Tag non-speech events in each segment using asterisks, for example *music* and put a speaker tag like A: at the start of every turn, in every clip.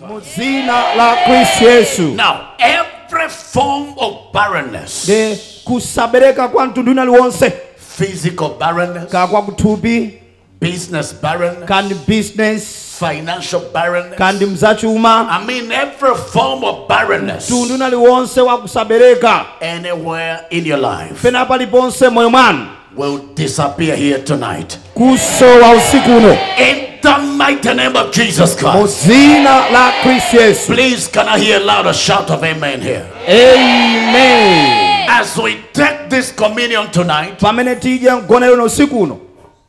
A: Mu jina la Kristo Yesu.
B: Now, every form of barrenness,
A: de kusabereka kwa mtunduni aliwonse
B: physical barrenness,
A: ka kwa kuthupi
B: business barrenness,
A: kandi business
B: financial barrenness,
A: kandi mzachuma
B: I mean every form of barrenness,
A: mtunduni aliwonse wa kusabereka
B: anywhere in your life,
A: pena paliponse moyo mwanu
B: will disappear here tonight.
A: kuso wa usiku uno
B: In the mighty name of Jesus
A: mu
B: Christ.
A: zina la Kristo Yesu.
B: Please, can I hear a louder shout of amen here?
A: Amen.
B: As we take this communion tonight,
A: pamene tidya mgonero no usiku uno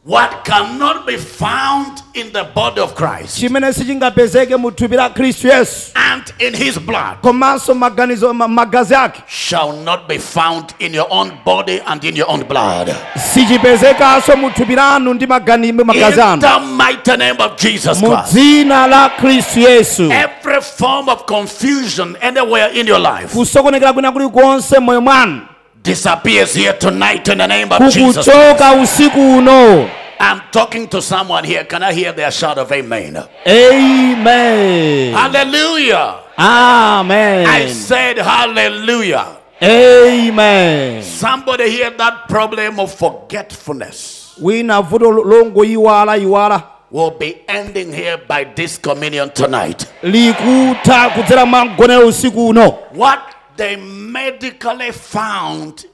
B: what cannot be found in the body of Christ
A: chimene sichingapezeke mu thupi la Kristu Yesu
B: and in his blood
A: komanso maganizo ma- magazi ake
B: shall not be found in your own body and in your own blood.
A: sichipezekanso mu thupi lanu ndi magani-
B: In
A: magazi anu
B: the mighty name of Jesus
A: mu
B: Christ.
A: dzina la Kristu Yesu.
B: Every form of confusion anywhere in your life
A: kusokonekera kwina kulikonse moyo mwanu
B: disappears here tonight in the name of Jesus.
A: kukuchoka usiku uno
B: I'm talking to someone here. Can I hear their shout of amen?
A: amen
B: Hallelujah. I
A: amen
B: said hallelujah.
A: amen
B: Somebody here that problem of forgetfulness
A: wina vuto longo iwala iwala
B: will be ending here by this communion tonight.
A: likutha kudzera mwa mgonero usiku uno
B: What they medically found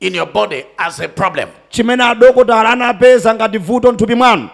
B: in your body as a problem.
A: chimene adokotala anapeza ngati vuto mthupi mwanu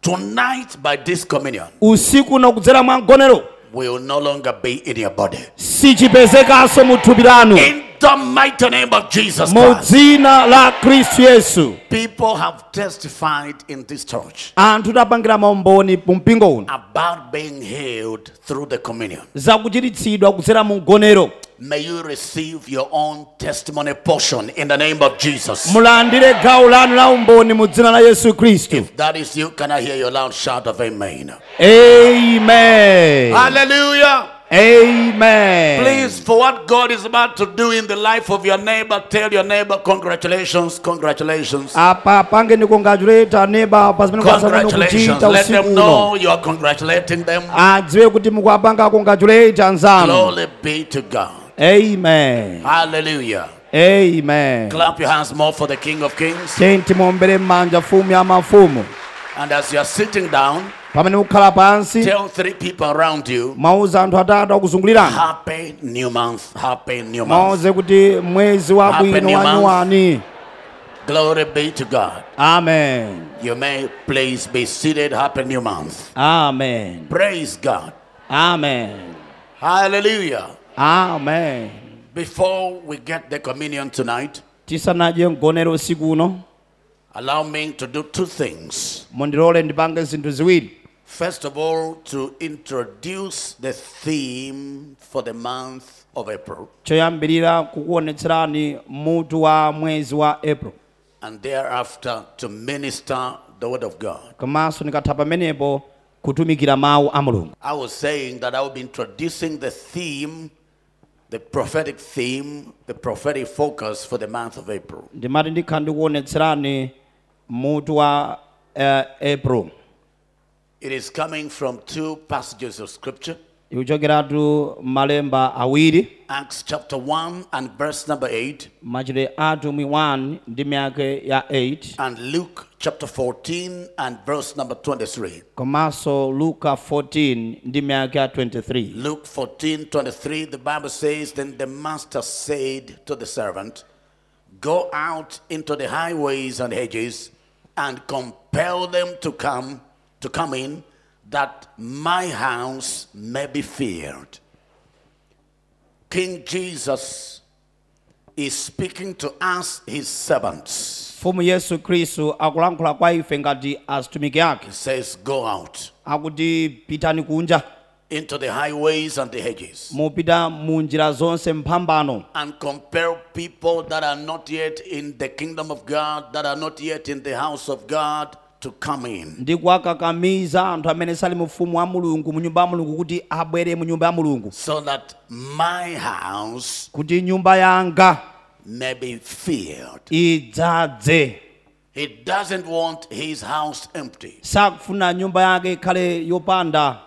B: Tonight, by this communion,
A: usiku uno kudzera mwa mgonero
B: will no longer be in your body.
A: sichipezekanso mu thupi lanu
B: In the mighty name of Jesus
A: mu
B: Christ,
A: dzina la khristu yesu
B: people have testified in this church
A: anthu tapangira maumboni mu mpingo uno
B: about being healed through the communion.
A: zakuchiritsidwa kudzera mu mgonero
B: May you receive your own testimony portion in the name of Jesus.
A: mulandire gawo lanu la umboni mu dzina la yesu khristu
B: That is you. Can I hear your loud shout of amen?
A: amen
B: Hallelujah.
A: amen
B: Please, for what God is about to do in the life of your neighbor, tell your neighbor, congratulations, congratulations,
A: apa pange ni congratulate aneba pa zimene kwasamene
B: congratulations.
A: kuchita
B: Let
A: usiku
B: them
A: uno
B: know you are congratulating them.
A: adziwe kuti mukuapanga congratulate anzanu
B: Glory be to God.
A: amen
B: Hallelujah.
A: amen
B: Clap your hands more for the King of Kings.
A: tenti muombere m'manja fumu ya mafumu
B: And as you are sitting down,
A: pamene kukhala pansi
B: tell three people around you,
A: mwauza anthu atatu akuzungulirani
B: Happy New Month, Happy New Month.
A: mwauze kuti mwezi wabwino
B: Happy new month.
A: wanyuwani
B: Glory be to God.
A: amen
B: You may please be seated. Happy new month.
A: amen
B: Praise God.
A: amen
B: Hallelujah.
A: amen
B: Before we get the communion tonight,
A: tisanadye mgonero usiku uno
B: allow me to do two things.
A: mundilole ndipange zinthu ziwiri
B: First of all, to introduce the theme for the month of April,
A: choyambirira kukuonetserani mutu wa mwezi wa april
B: and thereafter to minister the Word of God.
A: komanso ndikatha pamenepo kutumikira mawu a mulungu
B: I was saying that I will be introducing the theme, the prophetic theme, the prophetic focus for the month of April.
A: ndimati ndikhala ndikuonetserani mutu wa uh, april
B: It is coming from two passages of scripture
A: ikuchokeratu malemba awiri
B: Acts chapter 1 and verse number 8,
A: machire a 21 ndi miyake ya 8
B: and Luke chapter 14 and verse number 23.
A: komanso luka 14 ndi miyake ya 23
B: Luke 14 23, the Bible says, Then the master said to the servant, Go out into the highways and hedges and compel them to come, to come in, that my house may be filled. King Jesus is speaking to us, his servants.
A: mfumu yesu khristu akulankhula kwa ife ngati azitumiki ake
B: He says, Go out
A: akuti pitani kunja
B: into the highways and the hedges
A: mupita mu njira zonse mphambano
B: and compel people that are not yet in the kingdom of God, that are not yet in the house of God, to come in.
A: ndi kuwakakamiza anthu amene sali mu ufumu wa mulungu mu nyumba ya mulungu kuti abwere mu nyumba ya mulungu
B: So that my house
A: kuti nyumba yanga
B: may be filled.
A: idzadze
B: He doesn't want his house empty.
A: sakufuna nyumba yake ikhale yopanda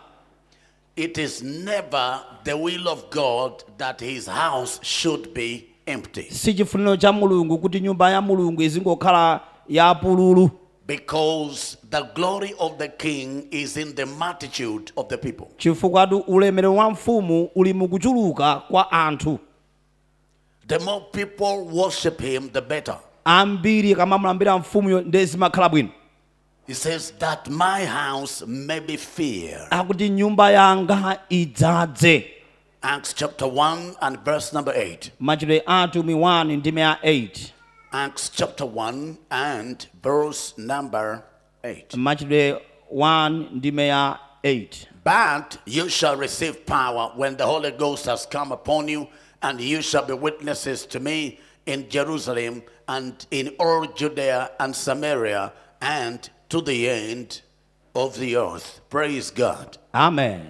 B: It is never the will of God that his house should be empty
A: si chifuniro cha mulungu kuti nyumba ya mulungu izingokhala yapululu
B: because the glory of the king is in the multitude of the people.
A: chifukwa tu ulemerero wa mfumu uli mukuchuluka kwa anthu
B: The more people worship him, the better.
A: ambiri akamamulambira mfumuyo ndiye zimakhala bwino
B: He says that my house may be fear.
A: akuti nyumba yanga idzadze
B: Acts chapter 1 and verse number 8.
A: machitidwe atumwi 1 ndime ya 8
B: Acts chapter 1 and verse number 8.
A: machitidwe 1 ndime ya 8
B: But you shall receive power when the Holy Ghost has come upon you, and you shall be witnesses to me in Jerusalem and in all Judea and Samaria and to the end of the earth. Praise God.
A: amen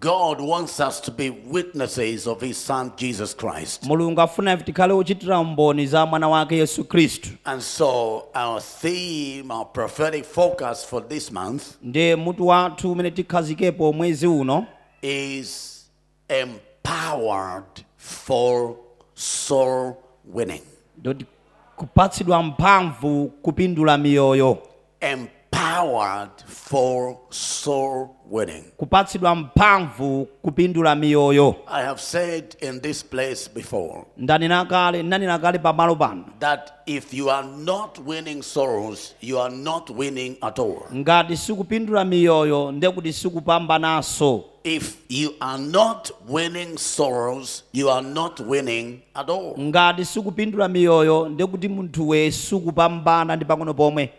B: God wants us to be witnesses of His Son Jesus Christ.
A: mulungu afuna ife tikhale ochitira mboni za mwana wake yesu khristu
B: And so, our theme, our prophetic focus for this month
A: ndiye mutu wathu umene tikhazikepo mwezi uno
B: is empowered for soul winning.
A: ndoti kupatsidwa mphamvu kupindula miyoyo
B: Empowered for soul winning.
A: kupatsidwa mphamvu kupindula miyoyo
B: I have said in this place before
A: ndanena kale nanena kale pamalo pano
B: that if you are not winning souls, you are not winning at all.
A: ngati sikupindula miyoyo ndiye kuti sikupambananso
B: If you are not winning souls, you are not winning at all.
A: ngati sikupindula miyoyo ndiye kuti munthuwe sikupambana ndi pang'ono pomwe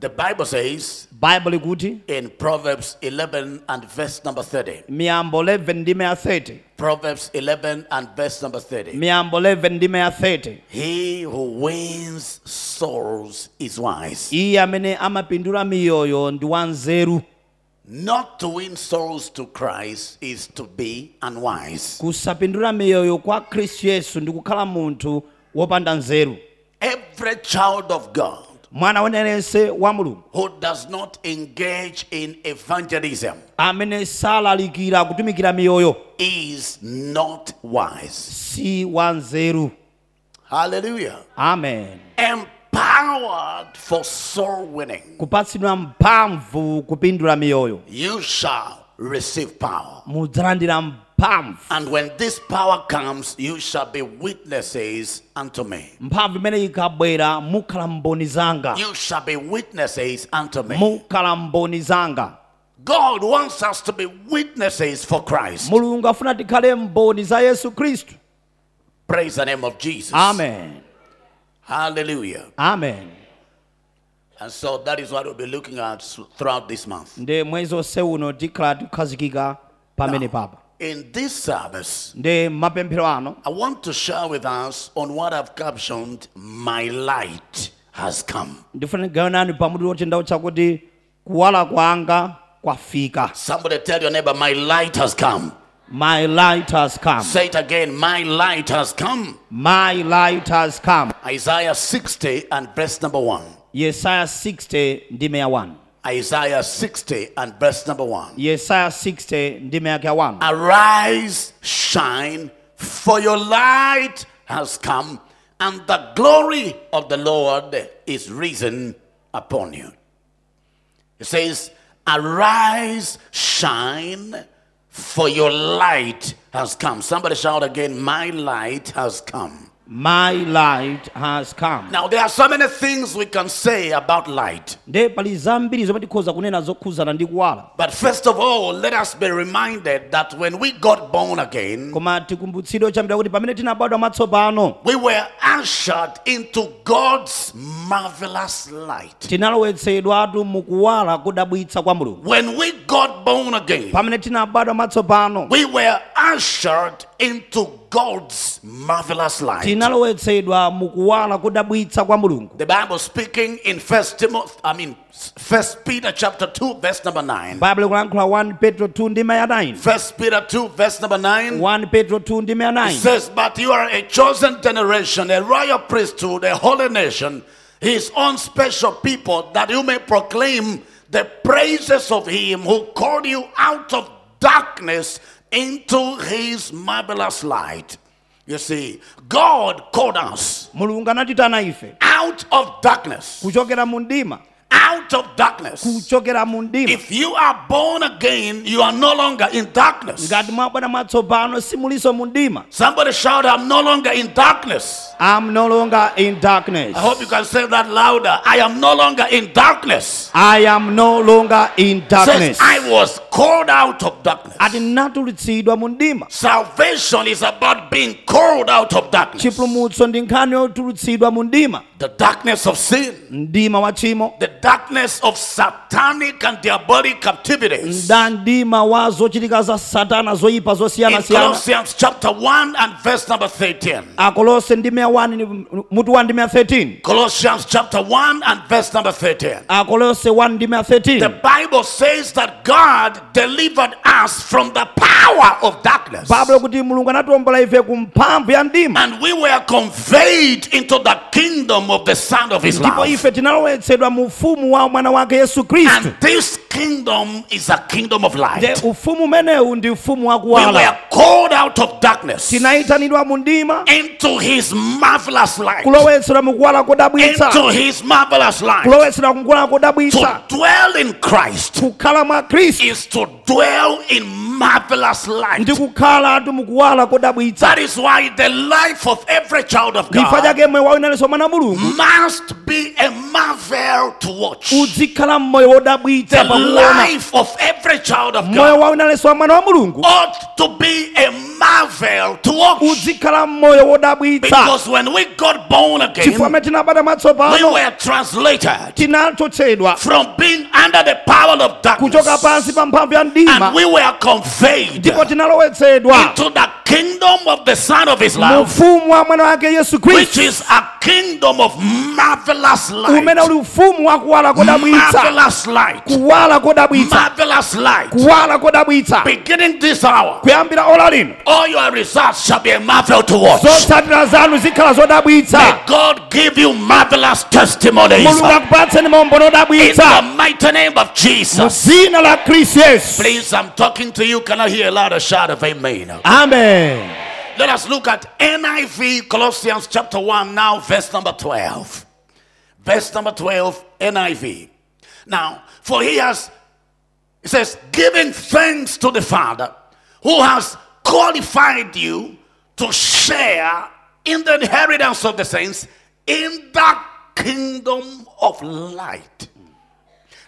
B: The Bible says
A: baibulo ikuti
B: in Proverbs 11 and verse number 30.
A: miyambo 11 ndime ya 30
B: Proverbs 11 and verse number 30.
A: miyambo 11 ndime ya 30
B: He who wins souls is wise.
A: iye amene amapindula miyoyo ndi wanzeru
B: Not to win souls to Christ is to be unwise.
A: kusapindula miyoyo kwa khristu yesu ndi kukhala munthu wopanda nzeru
B: Every child of God
A: mwana wenense wa mulungu
B: who does not engage in evangelism
A: amene salalikira kutumikira miyoyo
B: is not wise.
A: si wanzeru
B: Hallelujah.
A: amen
B: Empowered for soul winning,
A: kupatsidwa mphamvu kupindula miyoyo
B: you shall receive power.
A: mudzalandira mphamvu
B: And when this power comes, you shall be witnesses unto me.
A: mphamvu imene ikabwera mukhala mboni zanga
B: You shall be witnesses unto me.
A: mukhala mboni zanga
B: God wants us to be witnesses for Christ.
A: mulungu afuna tikhale mboni za yesu khristu
B: Praise the name of Jesus.
A: amen
B: Hallelujah.
A: amen
B: And so that is what we'll be looking at s- throughout this month.
A: ndi mwezi onse uno tikhala tikhazikika pamene papa
B: In this service,
A: ndi mapemphero ano
B: I want to share with us on what I've captioned My Light Has Come.
A: ndifuna tigawenani pamutu lotendawo chakuti kuwala kwanga kwafika
B: Somebody tell your neighbor, My light has come.
A: my light has come
B: Say it again, My light has come.
A: my light has come
B: Isaiah 60 and verse number 1.
A: yesaya 60 ndime ya 1
B: Isaiah 60 and verse number 1.
A: yesaya 60 ndime yake ya 1
B: Arise, shine, for your light has come, and the glory of the Lord is risen upon you. It says, Arise, shine, for your light has come. Somebody shout again, My light has come.
A: my light has come
B: Now, there are so many things we can say about light.
A: nde pali zambiri zomwe tikhoza kunena zokhuzana ndi kuwala
B: But first of all, let us be reminded that when we got born again,
A: koma tikumbutsidwe ochambira kuti pamene tinabadwa matsopano
B: We were ushered into God's marvelous light.
A: tinalowetsedwatu mukuwala kudabwitsa kwa mulungu
B: When we got born again,
A: pamene tinabadwa matsopano
B: we were ushered into God's marvelous light.
A: tinalowetsedwa mukuwala kudabwitsa kwa mulungu
B: The Bible speaking in First Timothy, I mean First Peter chapter two, verse number nine.
A: baibulo ikulankhula 1 petro 2 ndima ya 9
B: First Peter two, verse number nine
A: 1 petro 2 ndima ya
B: it
A: 9
B: says, "But you are a chosen generation, a royal priesthood, a holy nation, His own special people, that you may proclaim the praises of him who called you out of darkness into his marvelous light. You see, God called us
A: mulungu anatitana ife
B: out of darkness.
A: kuchokera mu mdima
B: Out of darkness.
A: kuchokera mu mdima
B: If you are born again, you are no longer in darkness.
A: ngati mwabwana mwatsopano simuliso mu mdima
B: Somebody shout, I'm no longer in darkness.
A: am no longer in darkness
B: I hope you can say that louder. I am no longer in darkness.
A: i am no longer in
B: Says,
A: darkness
B: I was called out of darkness.
A: ati natulutsidwa mu mdima
B: Salvation is about being called out of darkness.
A: chipulumutso ndi nkhani yotulutsidwa mu mdima
B: The darkness of sin,
A: mdima wa tchimo
B: the darkness of satanic and diabolic captivities.
A: nda mdima wa zochitika za satana zoyipa
B: In
A: zosiyanasiyana
B: Colossians chapter 1 and verse number 13.
A: Ah. akolose ndi meya 1 ni- mutu 1 ndi meya 13
B: Colossians chapter 1 and verse number 13.
A: akolose 1 ndi meya
B: The
A: 13
B: Bible says that God delivered us from the power of darkness.
A: pablo kuti mulungu anatombola ife ku mphamvu ya mdima
B: And we were conveyed into the kingdom of the Son of His
A: ndipo
B: love.
A: ife tinalowetsedwa mu ufumu wa mwana wake yesu khristu
B: And this kingdom is a kingdom of
A: nde
B: light.
A: ufumu umenewu ndi ufumu
B: We were
A: wakuwala
B: called out of darkness
A: tinayitanidwa mu mdima
B: into his marvelous light.
A: kulowetsedwa mu kuwala kodabwitsa
B: Into his marvelous light.
A: kulowetsedwa mu kuwala
B: To
A: kodabwitsa
B: dwell in Christ
A: kukhala mwa khristu
B: is to dwell in marvelous light.
A: ndi kukhalatu mu kuwala kodabwitsa
B: That is why the life of every child of
A: ndifa
B: God
A: chake moyo wawinalenso mwana mulungu
B: must be a marvel to watch.
A: uzikhala mmoyo wodabwitsa
B: The
A: pakuona
B: life of every child of
A: moyo
B: God
A: wawinalenso wa mwana wa mulungu
B: ought to be a marvel to watch.
A: uzikhala mmoyo wodabwitsa
B: Because when we got born again,
A: chifukwa amene tinabata
B: we
A: matsopano
B: were translated
A: tinachotsedwa
B: from being under the power of
A: kuchoka
B: darkness
A: pansi pa mphamvu ya
B: and
A: mdima
B: we were conveyed
A: ndipo Ah. tinalowetsedwa
B: into the kingdom of the son of his
A: mu
B: love
A: ufumu wa mwana wake yesu
B: which
A: khristu
B: is a kingdom of marvelous
A: umene
B: light
A: uli ufumu wa kuwala kodabwitsa
B: marvelous light
A: kuwala kodabwitsa
B: marvelous light
A: kuwala kodabwitsa
B: beginning this hour
A: kuyambira ola lino
B: all your results shall be a marvel to watch
A: zotsatira zanu zikhala
B: may
A: zodabwitsa
B: god give you marvelous testimonies
A: mulungu
B: in
A: akupatseni mombo lodabwitsa
B: the mighty name of
A: mu
B: jesus
A: dzina la khristu yesu
B: please i'm talking to you can i hear a louder shout of amen
A: amen
B: Let us look at NIV Colossians chapter 1 now, verse number 12. Verse number 12, NIV. Now, for he has, it says, giving thanks to the Father who has qualified you to share in the inheritance of the saints in the kingdom of light.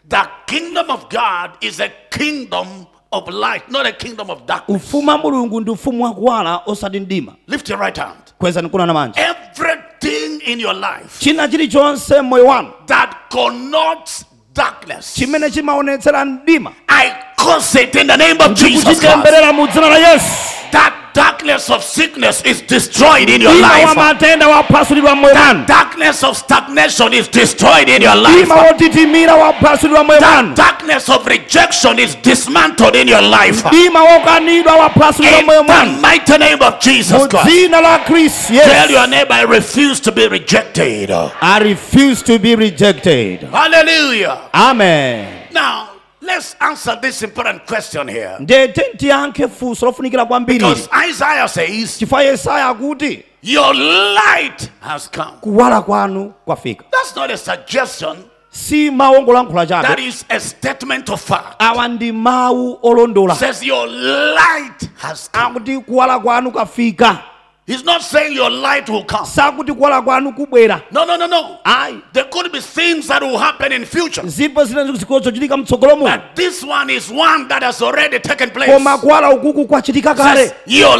B: The kingdom of God is a kingdom of light, not a kingdom of darkness.
A: ufumu wa mulungu ndi ufumu wa kuwala osati mdima
B: Lift your right hand.
A: kwezani kuna namanja
B: everything in your life
A: china chilichonse moyo wanu
B: that connotes darkness.
A: chimene chimaonetsera mdima
B: I curse it in the name of Jesus Christ.
A: kuchitemberera mu dzina la yesu
B: That darkness of sickness is destroyed in your
A: mdima wa
B: life.
A: matenda waphwasulidwa moyo wanu
B: Darkness of stagnation is destroyed in your
A: mdima
B: life.
A: wotitimira waphwasulidwa moyo wanu
B: Darkness of rejection is dismantled in your life.
A: mdima wokanidwa waphwasulidwa
B: In
A: moyo
B: the
A: wanu
B: mighty name of Jesus
A: mu
B: Christ.
A: dzina la khristu
B: Tell
A: yesu
B: your neighbor, I refuse to be rejected.
A: i refuse to be rejected
B: Hallelujah.
A: amen
B: Now, let's answer this important question here.
A: ndete ntiyankhe funso lofunikira kwambiri
B: Because Isaiah says,
A: chifukwa yesaya akuti
B: Your light has come.
A: kuwala kwanu kwafika
B: That's not a suggestion,
A: si maongolankhula
B: that
A: chabe
B: is a statement of fact.
A: awa ndi mawu olondola
B: Says, Your light has come.
A: akuti kuwala kwanu kafika
B: He's not saying your light will come.
A: sakuti kuwala kwanu kubwera
B: No, no, no, no.
A: ayi
B: There could be things that will happen in future.
A: zipo zina zikuzochitika mtsogolo muno
B: But this one is one that has already taken place.
A: koma kuwala ukuku kwachitika kale
B: Says, Your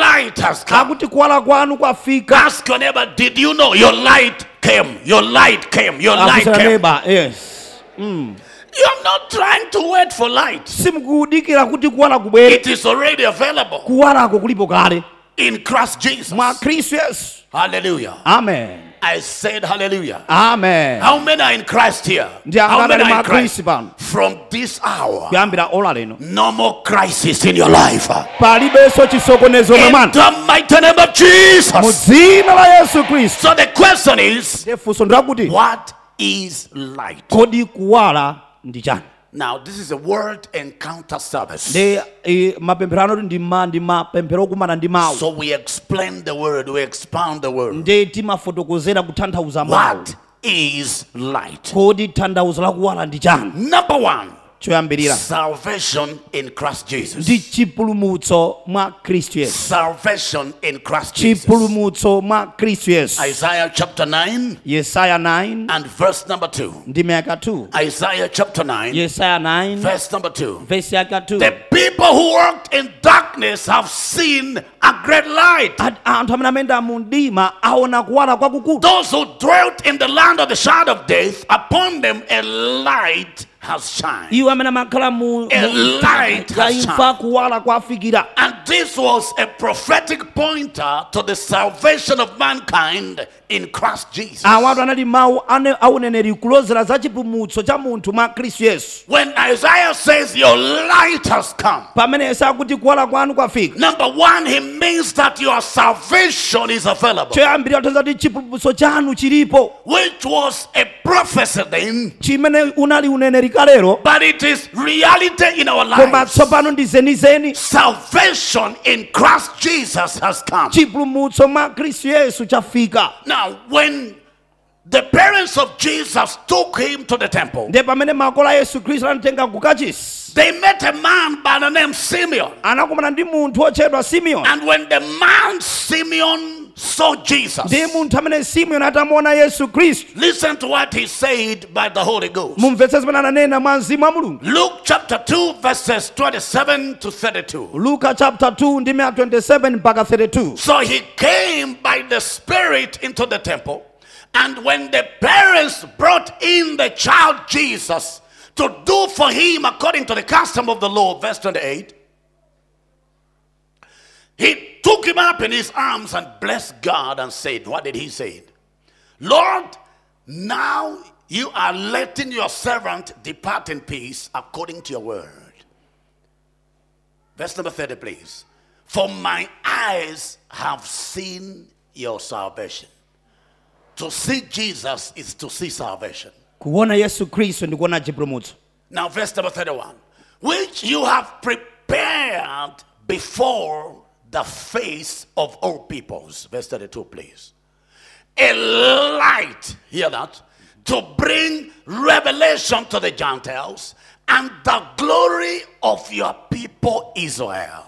B: light has come.
A: akuti kuwala kwanu kwafika
B: Ask your neighbor, Did you know your light came? Your light came. Your light
A: akusera
B: came.
A: neba yes
B: You're not trying to wait for light,
A: simukudikira kuti kuwala kubwere
B: it is already available.
A: kuwalako kulipo kale
B: in Christ Jesus.
A: mwa khristu yesu
B: Hallelujah.
A: amen
B: I said hallelujah.
A: amen
B: How many are in Christ here?
A: Ndi
B: How
A: angana ali
B: many are
A: mwa
B: in
A: khristu
B: Christ?
A: pano
B: From this hour,
A: kuyambira ola lino
B: no more crisis in your life.
A: palibenso chisokonezo mwe
B: In
A: mwanu
B: the mighty name of
A: mu
B: Jesus.
A: dzina la yesu khristu
B: So the question is,
A: ndiye funso ndilakuti
B: what is light?
A: kodi kuwala ndi chani
B: Now, this is a word encounter service.
A: ndi eh, mapemphero anoti ndi ma ndi mapemphero okumana ndi mawu
B: So we explain the word, we expound the word.
A: ndi timafotokozera kutanthauza mawu
B: What is light?
A: kodi tanthauzo lakuwala ndi chani
B: Number one,
A: choyambirira
B: salvation in Christ
A: ndi
B: Jesus.
A: chipulumutso mwa khristu yesu
B: Salvation in Christ Jesus.
A: chipulumutso mwa khristu yesu
B: Isaiah chapter 9
A: yesaya 9
B: and verse number 2.
A: ndi miyaka 2
B: Isaiah chapter 9,
A: yesaya 9
B: verse number 2.
A: vesi yaka 2
B: The people who walked in darkness have seen a great light.
A: Ad- anthu amene amenda mu mdima aona kuwala kwakukulu
B: Those who dwelt in the land of the shadow of death, upon them a light has shined.
A: iwo amene amakhala mu
B: A
A: mu-
B: light
A: ya
B: has
A: imfa kuwala kwafikira
B: And this was a prophetic pointer to the salvation of mankind in Christ Jesus.
A: awatu anali mawu ane- auneneri kulozera za chipumutso cha munthu mwa khristu yesu
B: When Isaiah says, Your light has come,
A: pamene yesu akuti kuwala kwanu kwafika
B: number one, he means that your salvation is available,
A: choyambirira kutanza kuti chipulumutso chanu chilipo
B: which was a prophecy then,
A: chimene unali uneneri kalero
B: but it is reality in our
A: koma
B: lives.
A: tsopano ndizenizeni
B: Salvation in Christ Jesus has come.
A: chipulumutso mwa khristu yesu chafika
B: Now, when the parents of Jesus took him to the temple,
A: ndiye pamene makolo a yesu khristu anatenga ku kachisi
B: they met a man by the name Simeon.
A: anakumana ndi munthu wotchedwa simeoni
B: And when the man Simeon saw Jesus,
A: ndi munthu amene simeoni atamuona yesu khristu
B: listen to what he said by the Holy Ghost.
A: mumvetse zimene ananena mwa mzimu wa mulungu
B: Luke chapter 2, verses 27 to 32.
A: luka chapter 2 ndi mea 27 mpaka 32
B: So he came by the Spirit into the temple. And when the parents brought in the child Jesus to do for him according to the custom of the law, verse 28, he took him up in his arms and blessed God and said, What did he say? Lord, now you are letting your servant depart in peace according to your word. Verse number 30, please. For my eyes have seen your salvation. To see Jesus is to see salvation.
A: kuona yesu khristu ndi kuona chipulumutso
B: Now, verse number 31. Which you have prepared before the face of all peoples. Verse 32, please. A light, hear that, to bring revelation to the Gentiles and the glory of your people Israel.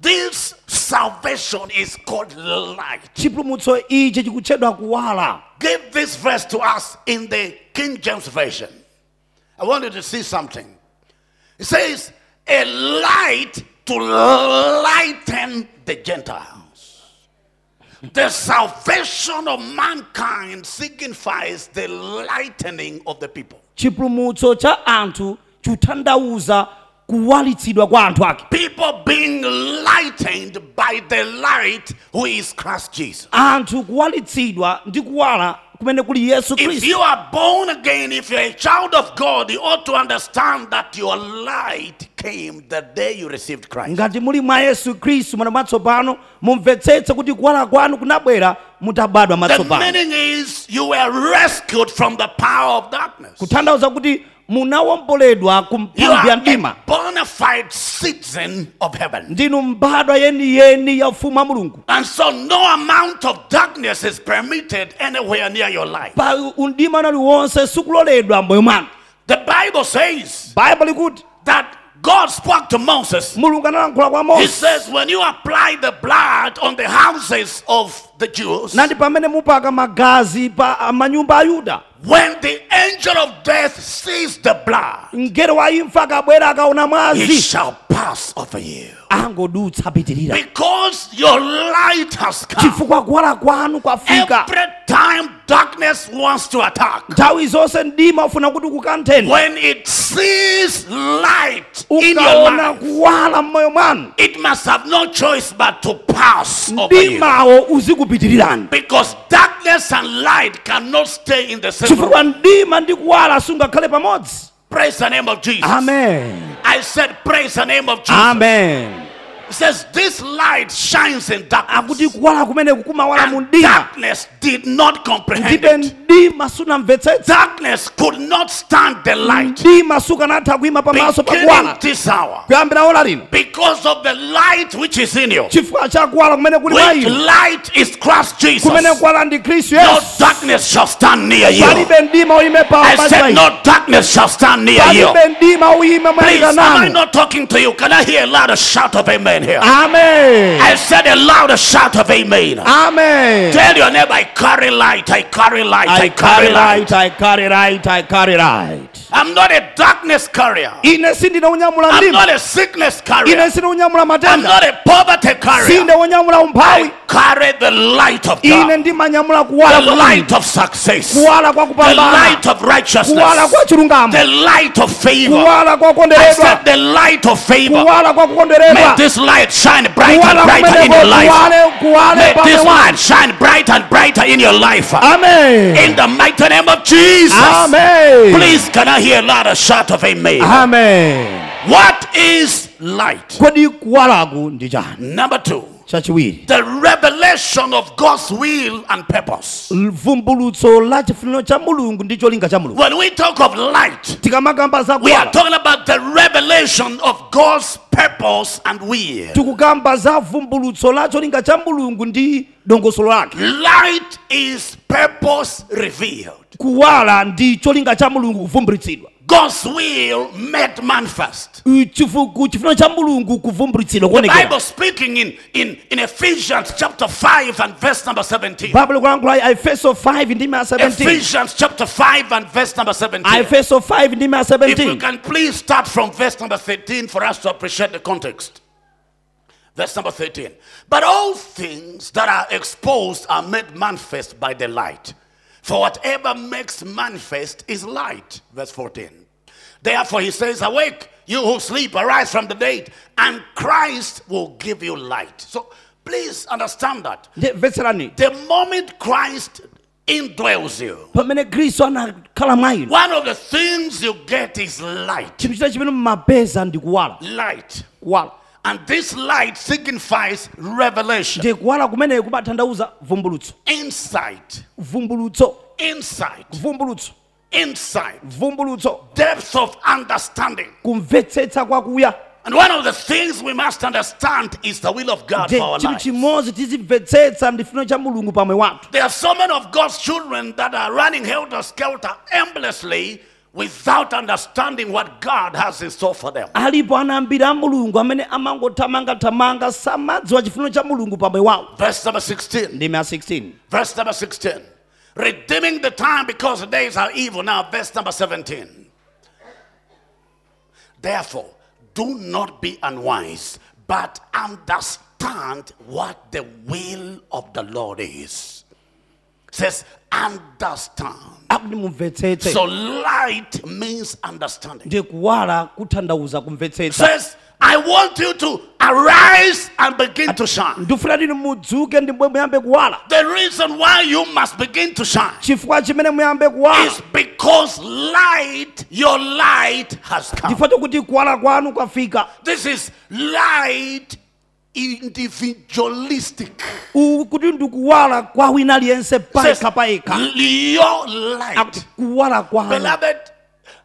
B: This salvation is called light.
A: chipulumutso ichi chikutchedwa kuwala
B: Give this verse to us in the King James Version. I want you to see something. It says, a light to lighten the Gentiles. The salvation of mankind signifies the lightening of the people.
A: chipulumutso cha anthu chikutanthauza kuwalitsidwa kwa anthu ake
B: People being lightened by the light who is Christ Jesus.
A: anthu kuwalitsidwa ndi kuwala kumene kuli yesu
B: If
A: khristu
B: you are born again, if you're a child of God, you ought to understand that your light came the day you received Christ.
A: ngati muli mwa yesu khristu mwana mwatsopano mumvetsetse kuti kuwala kwanu kunabwera mutabadwa
B: The
A: mwatsopano
B: meaning is you were rescued from the power of darkness.
A: kutanthauza kuti munawomboledwa ku
B: You
A: mphamvu
B: are
A: ya mdima
B: a bona fide citizen of heaven.
A: ndinu mbadwa yeniyeni ya ufumu wa mulungu
B: And so no amount of darkness is permitted anywhere near your life.
A: pa undima unali wonse sikuloledwa moyo mwanu
B: The Bible says
A: baibulo likuti
B: that God spoke to Moses.
A: mulungu analankhula kwa
B: He
A: mose
B: says, when you apply the blood on the houses of the Jews,
A: nandi pamene mupaka magazi pa ah, manyumba a yuda
B: When the angel of death sees the blood,
A: mngelo wa imfa akabwera akaona
B: he
A: mwazi
B: shall pass over you.
A: angodutsa pitirira
B: Because your light has come.
A: chifukwa kuwala kwanu kwafika
B: Every time darkness wants to attack,
A: nthawi zonse mdima ufuna kuti kukantheni
B: when it sees light in your
A: ukaona
B: life,
A: kuwala mmoyo mwanu
B: it must have no choice but to pass over you.
A: mdimawo uzikupitirirani
B: Because darkness and light cannot stay in the same room.
A: chifukwa mdima ndi kuwala sungakhale pamodzi
B: Praise the name of Jesus.
A: amen
B: I said, Praise the name of Jesus.
A: amen
B: It says, This light shines in
A: akuti
B: darkness.
A: kuwala kumene kukumawala mu
B: And
A: mdima
B: darkness did not comprehend
A: ndibe
B: it.
A: mdima sunamvetsetsa
B: Darkness could not stand the light.
A: mdima sukanatha kuyima pamaso pa
B: Beginning
A: kuwala
B: this hour,
A: kuyambira ola lino
B: because of the light which is in you,
A: chifukwa cha kuwala kumene kuli mwa
B: which
A: inu
B: light is Christ Jesus,
A: kumene
B: no
A: kuwala ndi khristu yesu
B: darkness shall stand near you.
A: palibe mdima oyime pawo
B: I said,
A: palibe
B: No darkness shall stand near you.
A: palibe mdima oyima
B: Please, am I
A: mwayikanano
B: not talking to you? Can I hear a louder shout of amen here?
A: amen
B: I said a louder shout of amen.
A: amen
B: Tell your neighbor, I carry light, I carry light, I,
A: I
B: carry light.
A: I carry light, I carry light.
B: I'm not a darkness carrier.
A: Ine sindine unyamula
B: I'm
A: mdima.
B: not a sickness carrier.
A: Ine sine unyamula
B: I'm
A: matenda.
B: not a poverty carrier.
A: Sinde unyamula umphawi.
B: I carry the light of
A: Ine
B: God,
A: ndimanyamula
B: the
A: kuwala kwa
B: light of success, the
A: kuwala kwa kupambana,
B: light of righteousness,
A: kuwala kwa chilungamo,
B: the light of favor.
A: kuwala kwa
B: I said
A: kukonderedwa,
B: the light of favor.
A: kuwala kwa
B: May
A: kukonderedwa,
B: this light shine bright and
A: kuwala
B: brighter in
A: kumeneko,
B: your life.
A: kuwale, kuwale
B: May this
A: pamwe.
B: light shine bright and brighter in your life.
A: Amen.
B: In the mighty name of Jesus.
A: Amen.
B: Please, can I hear a louder shout of amen?
A: Amen.
B: What is light?
A: Kodi kuwalaku ndi chani?
B: Number two,
A: Chachiwiri.
B: the revelation of God's will and purpose.
A: Vumbulutso la chifuniro cha Mulungu ndi cholinga cha Mulungu.
B: When we talk of light,
A: Tikamagamba za
B: we are
A: kuwala.
B: talking about the revelation of God's purpose and will.
A: tikukamba za vumbulutso la cholinga cha mulungu ndi dongosolo lake
B: Light is purpose revealed,
A: kuwala ndi cholinga cha mulungu kuvumbulitsidwa
B: God's will made manifest.
A: chifuniro cha mulungu kuvumbulitsidwa
B: Bible
A: kuonekera
B: speaking in, in, in Ephesians chapter 5 and verse number 17.
A: babule kulankhula efeso 5 ndima ya 17
B: Ephesians chapter 5 and verse number 17.
A: efeso 5 ndima ya
B: If you
A: 17
B: can please start from verse number 13 for us to appreciate the context. Verse number 13. But all things that are exposed are made manifest by the light. For whatever makes manifest is light. Verse 14. Therefore he says, Awake, you who sleep, arise from the dead, and Christ will give you light. So please understand that.
A: Nde- mvetserani
B: The moment Christ indwells you,
A: pamene khristu anakhala mwa inu
B: one of the things you get is light.
A: chinthu china chimene mumapeza ndi kuwala
B: light.
A: kuwala
B: And this light signifies revelation,
A: ndi kuwala kumene kumatanthauza vumbulutso
B: insight,
A: vumbulutso
B: insight,
A: vumbulutso
B: insight,
A: vumbulutso
B: depth of understanding.
A: kumvetsetsa kwakuya
B: And one of the things we must understand is the will of God
A: Je,
B: for our
A: chinthu
B: life.
A: chimodzi tizimvetsetsa ndifuniro cha mulungu pamwe wathu
B: There are so many of God's children that are running helter skelter aimlessly without understanding what God has in store for them.
A: alipo ana ambiri a mulungu amene amangothamangathamanga samadziwa chifuniro cha mulungu pamwe wawo
B: Verse number 16.
A: ndima ya 16
B: Verse number 16. Redeeming the time because the days are evil. Now, verse number 17. Therefore, do not be unwise, but understand what the will of the Lord is. Says, understand.
A: akuti mumvetsetse
B: So, light means understanding.
A: ndi kuwala kutanthauza kumvetsetsa
B: Says, I want you to arise and begin to shine.
A: ndifuna tini mudzuke ndimbwe muyambe kuwala
B: The reason why you must begin to shine
A: chifukwa chimene muyambe kuwala
B: is because light, your light has come.
A: ndifatu kuti kuwala kwanu kwafika
B: This is light individualistic.
A: U- kuti ndikuwala kwa wina aliyense
B: Says,
A: payekha payekha
B: Your light.
A: akuti kuwala kwanu
B: Beloved,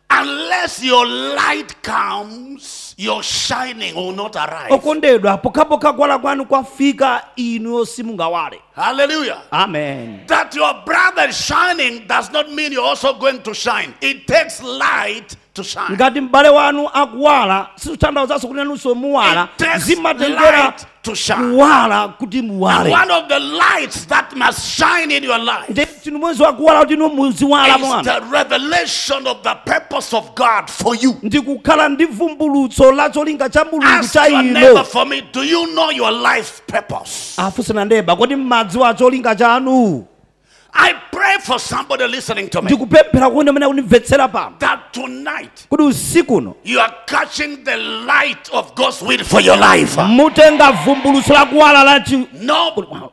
B: unless your light comes, your shining will not arrive.
A: okondedwa pokhapokha kuwala kwanu kwafika inu simungawale
B: Hallelujah.
A: amen
B: That your brother is shining does not mean you're also going to shine. It takes light to shine.
A: ngati m'bale wanu akuwala sikutanthauzanso kuti nanunso muwala
B: It takes
A: zimatengera
B: light to shine.
A: kuwala kuti muwale
B: One of the lights that must shine in your life
A: ndi tinu mwezi wakuwala kuti inu muziwala
B: is
A: mwana
B: the revelation of the purpose of God for you.
A: ndi kukhala ndi vumbulutso la cholinga cha mulungu
B: Ask
A: cha
B: your neighbor
A: ino
B: for me, do you know your life purpose?
A: afunsana ndeba kodi mmadziwa cholinga chanu
B: I pray for somebody listening to me
A: ndikupemphera kuti amene akunimvetsera pano
B: that tonight
A: kuti usikuno
B: you are catching the light of God's will for your life.
A: Mm. mutenga vumbulutso la kuwala la chi-
B: No.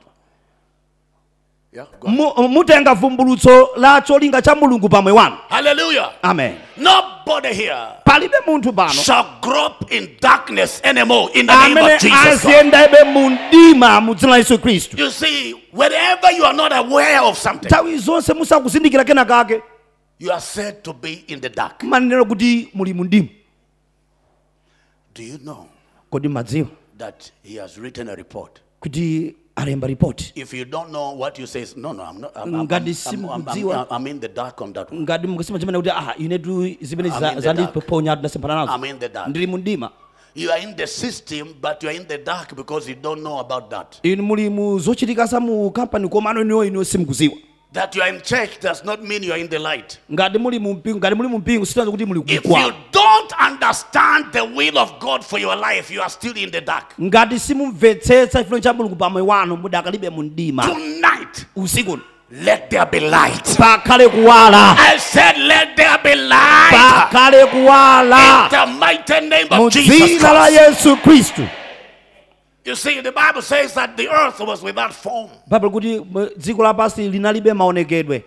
B: Yeah, go on.
A: mu- mutenga vumbulutso la cholinga cha mulungu pamwe wanu
B: Hallelujah.
A: amen
B: No nobody here
A: palibe munthu pano
B: shall grope in darkness anymore in the name
A: amene
B: of Jesus. Christ.
A: aziyendaibe mu mdima mu dzina la yesu khristu
B: You see, whenever you are not aware of something,
A: nthawi zonse musakuzindikira kenakake
B: you are said to be in the dark.
A: manenera kuti muli mu mdima
B: Do you know
A: kodi madziwa
B: that he has written a report?
A: kuti alemba ripoti
B: If you don't know what you say, is, no, no, I'm not. I'm, I'm,
A: Ngati
B: I'm, I'm, I'm,
A: simukudziwa.
B: I'm in the dark on that one.
A: ngati mukasema chimene kuti ah inetu zimene
B: I'm in the
A: zandiponya tinasemphana
B: I'm
A: nazo
B: in the dark.
A: ndili mu mdima
B: You are in the system, but you are in the dark because you don't know about that.
A: inu muli mu zochitika za mu kampani koma ano inuyo inuyo simukuziwa
B: That you are in church does not mean you are in the light.
A: ngati muli mu mpingo ngati muli mu mpingo sitinazo kuti muli
B: If you
A: kukwaa
B: don't understand the will of God for your life, you are still in the dark.
A: ngati simumvetsetsa chifukiro cha mulungu pa moyo wanu mudakalibe mu mdima
B: Tonight,
A: usiku
B: let there be light.
A: pakhale kuwala
B: I said, let there be light.
A: pakhale kuwala
B: In the mighty name
A: mu
B: of Jesus.
A: dzina la
B: Christ.
A: yesu khristu
B: You see, the Bible says that the earth was without form,
A: bible kuti m- dziko lapansi linalibe maonekedwe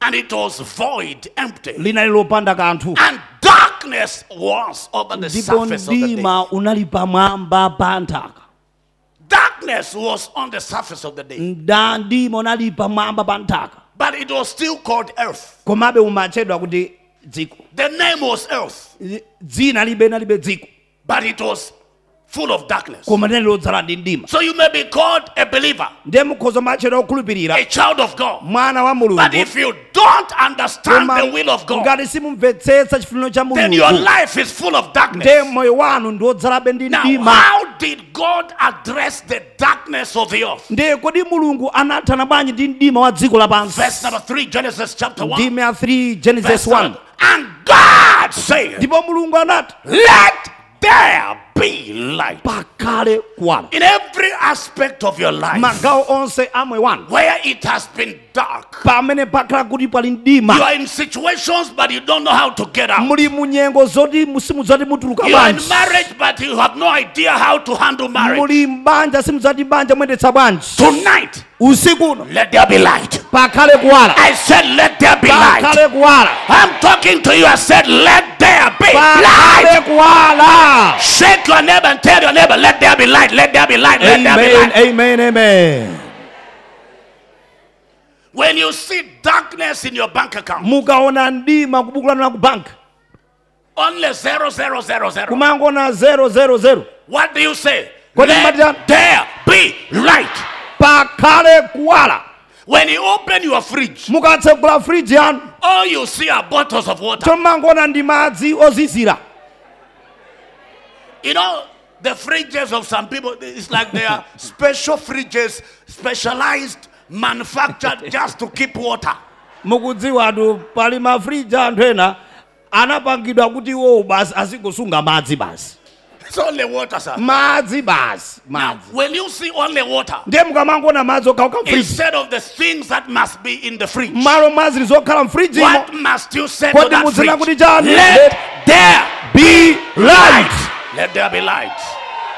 B: and it was void, empty,
A: linali lopanda kanthu
B: and darkness was over the
A: ndipo
B: surface of the day.
A: mdima unali pamwamba pa nthaka
B: Darkness was on the surface of the day,
A: Mda- mdima unali pamwamba pa nthaka
B: but it was still called earth.
A: komabe umatchedwa kuti dziko
B: The name was earth,
A: Zi- dzina libe nalibe dziko
B: but it was full of darkness.
A: koma linali lodzala ndi mdima
B: So you may be called a believer,
A: ndiye mukhoza matchedwa okhulupirira
B: a child of God,
A: mwana wa
B: but
A: mulungu
B: if you don't understand the will of God,
A: ngati simumvetsetsa chifuniro cha
B: then your
A: mulungu
B: life is full of darkness.
A: ndiye moyo wanu ndi wodzalabe ndi
B: Now,
A: mdima
B: how did God address the darkness of the earth?
A: ndiye kodi mulungu anathana bwanji ndi mdima wa dziko lapansi
B: Verse number 3, Genesis chapter 1.
A: ndime ya 3 genesis
B: Verse
A: 1
B: number- And God said,
A: ndipo mulungu anati
B: Let there be light.
A: pakhale kuwala
B: In every aspect of your life,
A: magawo onse a moyo wanu
B: where it has been dark,
A: pamene pakhala kuti pali
B: you
A: mdima
B: are in situations but you don't know how to get out.
A: muli mu nyengo zoti musimudzati mutuluka
B: You are in
A: bwanji
B: marriage but you have no idea how to handle marriage.
A: muli mbanja simudzati banja mwendetsa bwanji
B: Tonight,
A: usiku uno
B: let there be light.
A: pakhale kuwala
B: I said, Let there be light.
A: pakhale kuwala
B: I'm talking to you. I said, Let there be light.
A: pakhale kuwala
B: Shake your neighbor and tell your neighbor, let there be light, let there be light, let there be
A: Amen,
B: light.
A: amen, amen.
B: When you see darkness in your bank account,
A: Mukaona ndima kubukulana ku bank,
B: only zero, zero, zero, zero.
A: kumangona 000.
B: What do you say?
A: Kodi
B: Let
A: madam-
B: there be light.
A: Pakhale kuwala.
B: When you open your fridge,
A: Mukatsekula fridge yanu,
B: all you see are bottles of water.
A: chomangona ndi madzi ozizira.
B: You know, the fridges of some people, it's like they are special fridges, specialized, manufactured just to keep water.
A: Mukudziwa tu pali ma fridge anthu ena anapangidwa kuti iwowo basi azingosunga madzi basi.
B: It's only water, sir.
A: Madzi basi,
B: Now,
A: madzi.
B: when you see only water,
A: Ndiye mukamangona madzi okhawo ka fridge.
B: instead of the things that must be in the fridge.
A: Malo madzi zokhala mu fridge imo.
B: What must you say to
A: Kodi
B: that
A: muzina kuti
B: fridge?
A: chani?
B: Let there be
A: light.
B: light. Let there be light.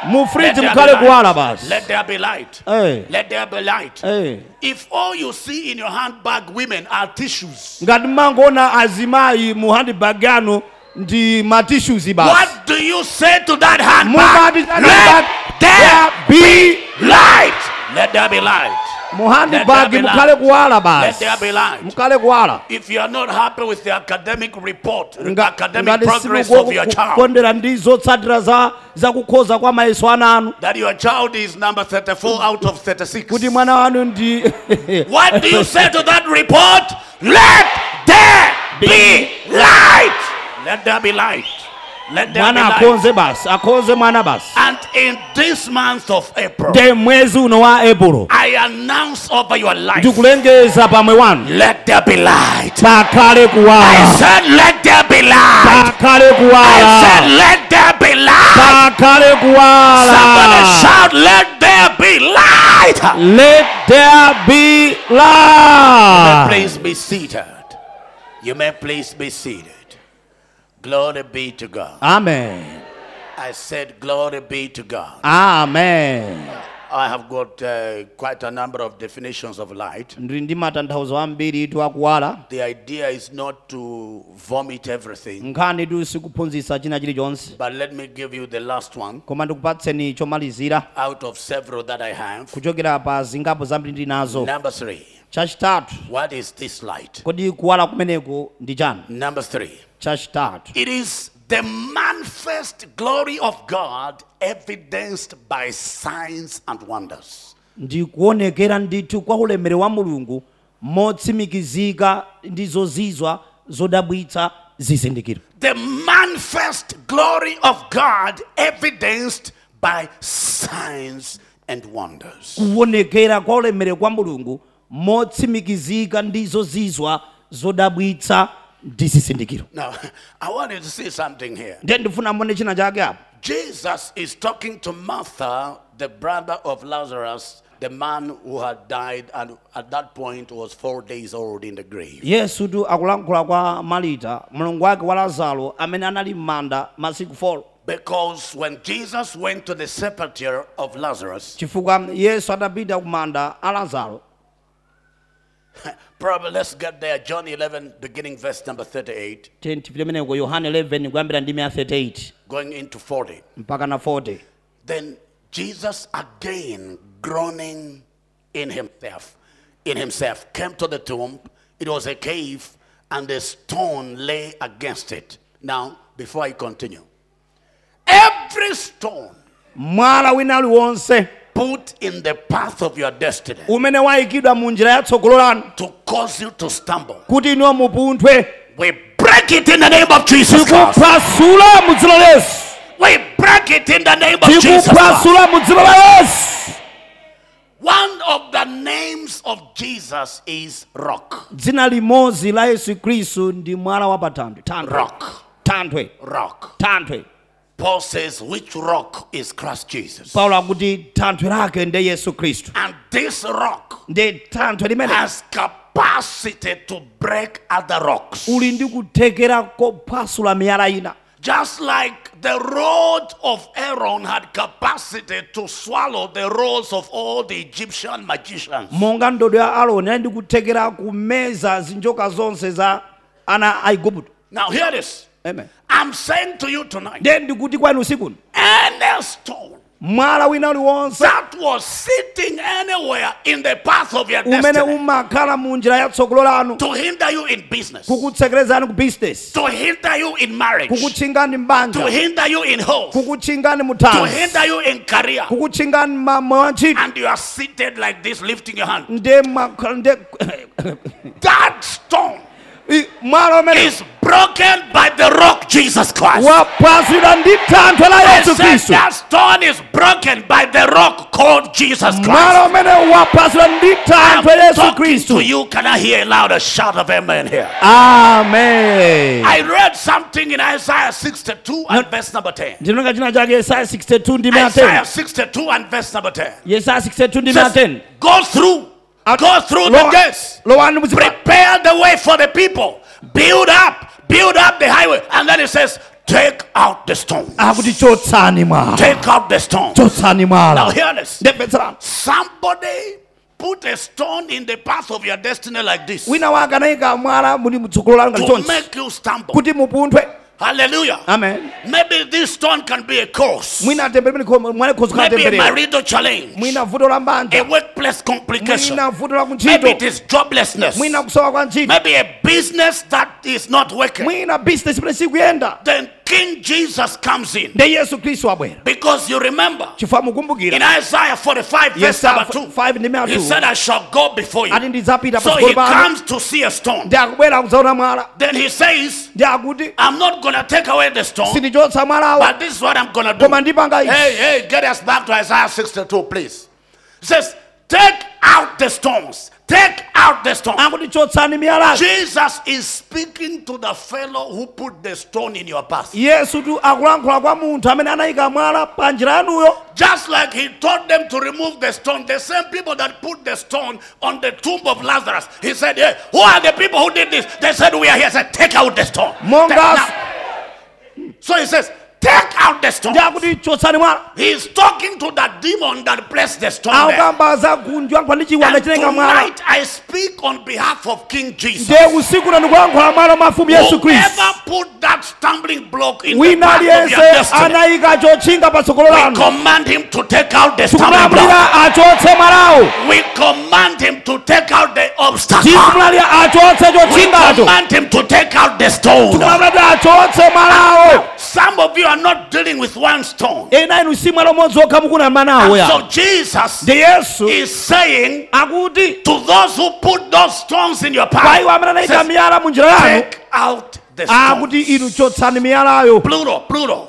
A: Mu
B: Let
A: fridge
B: there be
A: mukhale kuwala
B: light.
A: basi.
B: Let there be light.
A: Eh.
B: Let there be light.
A: Eh.
B: If all you see in your handbag, women, are tissues,
A: ngati mmangoona azimayi mu handbag yanu ndi matissues basi
B: what do you say to that
A: mukati
B: handbag?
A: za
B: Let
A: handbag,
B: there
A: there
B: be light. Let there be light.
A: mu
B: Let
A: handbag
B: there be
A: mukhale kuwala
B: Let
A: basi
B: there be light.
A: mukhale kuwala
B: If you are not happy with the academic report,
A: Nga-
B: academic
A: ngati
B: progress
A: simukuwa
B: of your
A: ku-
B: child,
A: kukondera ndi zotsatira za za kukhoza kwa mayeso ananu
B: that your child is number 34 out of 36.
A: kuti mwana wanu ndi
B: *laughs* What do you say to that report? Let there be light. Let there be light. Let there
A: *laughs* mwana
B: be light.
A: akhonze basi akhonze mwana basi
B: *laughs* And in this month of April,
A: nde mwezi uno wa epulo
B: I announce over your life.
A: ndikulengeza pamwe wanu
B: Let there be light.
A: pakhale
B: I
A: kuwala
B: said, let there be light.
A: pakhale
B: I said,
A: kuwala
B: let there be light.
A: pakhale
B: Somebody
A: kuwala
B: shout, let there be light.
A: Let there be light.
B: Please be seated. You may please be seated. Glory be to God.
A: Amen.
B: I said, glory be to God.
A: Amen.
B: I have got uh, quite a number of definitions of light.
A: ndili ndi matanthauzo ambiri itu akuwala
B: The idea is not to vomit everything,
A: nkhani tu sikuphunzitsa china chilichonse
B: but let me give you the last one
A: koma ndikupatseni chomalizira
B: out of several that I have.
A: kuchokera pa zingapo zambiri ndi nazo
B: Number three.
A: chachitatu
B: What is this light?
A: kodi kuwala kumeneku ndi chani
B: Number three.
A: chachitatu
B: It is the manifest glory of God evidenced by signs and wonders.
A: ndi kuonekera ndithu kwa ulemere wa mulungu motsimikizika ndi zozizwa zodabwitsa zizindikiro
B: The manifest glory of God evidenced by signs and wonders.
A: kuonekera kwa ulemere kwa mulungu motsimikizika ndi zozizwa zodabwitsa ndi zizindikiro
B: Now, *laughs* I want you to see something here.
A: ndiye ndifuna mone china chake apo
B: Jesus is talking to Martha, the brother of Lazarus, the man who had died and at that point was four days old in the grave.
A: yesu tu akulankhula kwa marita mlongo wake wa lazaro amene anali m'manda masiku 4
B: Because when Jesus went to the sepulchre of Lazarus,
A: chifukwa yesu adapita ku manda a lazaro
B: Probably let's get there. John 11, beginning verse number 38,
A: 10 tipite meneko yohane 11 kuyambira ndi 38
B: going into 40.
A: mpaka na 40
B: Then Jesus again groaning in himself, in himself, came to the tomb. It was a cave, and a stone lay against it. Now, before I continue, every stone
A: mwala wina aliwonse
B: put in the path of your destiny
A: umene wayikidwa mu njira yatsogolo lanu
B: to cause you to stumble,
A: kuti inuyo mupunthwe
B: we break it in the name of Jesus Christ.
A: tikuphwasula mu dzina la yesu
B: We break it in the name of Jesus Christ.
A: tikuphwasula mu dzina la yesu
B: One of the names of Jesus is rock.
A: dzina limodzi la yesu khristu ndi mwala wa pa thanthwe thanthwe
B: Rock.
A: thanthwe
B: Rock.
A: thanthwe
B: Paul says, which rock is Christ Jesus?
A: paulo akuti thanthwe lake ndi yesu khristu
B: And this rock
A: ndi thanthwe limene
B: has capacity to break other rocks.
A: uli ndi kuthekera kophwasula miyala ina
B: Just like the rod of Aaron had capacity to swallow the rods of all the Egyptian magicians.
A: monga ndodo ya aroni ali ndi kuthekera kumeza zinjoka zonse za ana a igupto
B: Now, hear this.
A: amen
B: I'm saying to you tonight
A: ndiye ndikuti kwanu usiku
B: any stone
A: mwala wina uliwonse
B: that was sitting anywhere in the path of your
A: umene um-
B: destiny.
A: umakhala mu njira yatsogolo lanu
B: to hinder you in business,
A: kukutsekerezani ku business
B: to hinder you in marriage,
A: kukutchingani
B: to
A: mbanja
B: hinder you in health,
A: kukutchingani
B: to
A: muthanzi
B: hinder you in career,
A: kukutchingani mamwe wa ntchito
B: and you are seated like this, lifting your hand.
A: ndiye mwakhala ndiye
B: That stone
A: I- mwala umene
B: is broken by the rock Jesus Christ.
A: waphwasula ndi thanthwe la
B: I
A: yesu
B: said
A: khristu
B: that stone is broken by the rock called Jesus
A: mwala
B: Christ.
A: umene waphwasula ndi
B: I'm
A: thanthwe yesu
B: talking to
A: khristu
B: you. Can I hear a louder shout of amen here?
A: amen
B: I read something in Isaiah 62 and verse number 10.
A: ndinonga china chake yesaya 62 ndi mea
B: Isaiah
A: 10
B: 62 and verse number 10.
A: yesaya 62 ndi mea
B: Just
A: 10
B: Go through.
A: Out-
B: Go through the
A: Lowa-
B: gates.
A: lowani muzipata
B: Prepare the way for the people. Build up. Build up the highway. And then it says, take out the stone.
A: akuti chotsani mwala
B: Take out the stone.
A: chotsani mwala
B: Now hear this.
A: ndiye petserani
B: Somebody put a stone in the path of your destiny like this to
A: wina wake anayika mwala muli mtsogolo lanu kalichonse
B: make you stumble.
A: kuti mupunthwe
B: Hallelujah.
A: amen
B: Maybe this stone can be a curse.
A: mwina atembere pene khoma- mwale khozi
B: Maybe a
A: kalatemberera
B: marital challenge.
A: mwina vuto la
B: A
A: mbanja
B: workplace complication.
A: mwina vuto la
B: Maybe it
A: kuntchito
B: is joblessness.
A: mwina kusowa kwa ntchito
B: Maybe a business that is not working.
A: mwina business pene sikuyenda
B: then King Jesus comes in.
A: nde yesu khristu abwera
B: Because you remember
A: chifukwa
B: in
A: mukumbukira
B: Isaiah 45, verse
A: yesaya
B: number 2,
A: 5 ndi mea
B: he
A: 2
B: said, I shall go before
A: ati
B: you.
A: ndidzapita
B: So he
A: patsogolo pano
B: comes to see a stone.
A: ndi akubwera kudzaona mwala
B: Then he says,
A: ndi akuti
B: I'm not going to take away the stone,
A: sindichotsa mwalawo
B: but this is what I'm going to do.
A: koma ndipanga
B: Hey,
A: ichi
B: hey, get us back to Isaiah 62, please. He says, Take out the stones. Take out the stones.
A: akuti chotsani miyalayo
B: Jesus is speaking to the fellow who put the stone in your path.
A: yesu tu akulankhula kwa munthu amene anayika mwala pa njira yanuyo
B: Just like he told them to remove the stone, the same people that put the stone on the tomb of Lazarus, he said, "Yeah, Who are the people who did this? They said, We are here. He said, Take out the stone.
A: Mongas.
B: Take- now. So he says, Take out the storm.
A: ndakuti chotsani mwala
B: He's talking to that demon that placed the storm. There.
A: akamba za gunju ankho ndi chiwanda
B: And
A: chinenga mwala
B: tonight I speak on behalf of King Jesus.
A: ndiye usiku na ndikuyankhula mwala mafumu yesu khristu
B: Whoever put that stumbling block in the
A: wina
B: path of your
A: aliyense
B: destiny,
A: anayika chotchinga patsogolo
B: we
A: lanu
B: command him to take out the stumbling block.
A: tikulamulira achotse mwalawo
B: We command him to take out the obstacle.
A: tikulamulira achotse
B: We
A: chotchingacho
B: command him to take out the stone.
A: tikulamulira achotse mwalawo
B: Some of you are not dealing with one stone.
A: ena inu si mwala umodzi okha mukunama nawo
B: And
A: ya
B: so Jesus
A: ndi yesu
B: is saying
A: akuti
B: to those who put those stones in your
A: kwa iwo
B: path,
A: amene anayika
B: says,
A: miyala mu njira yanu
B: take out the
A: Ah, akuti
B: stone.
A: inu chotsani miyalayo
B: Plural, plural.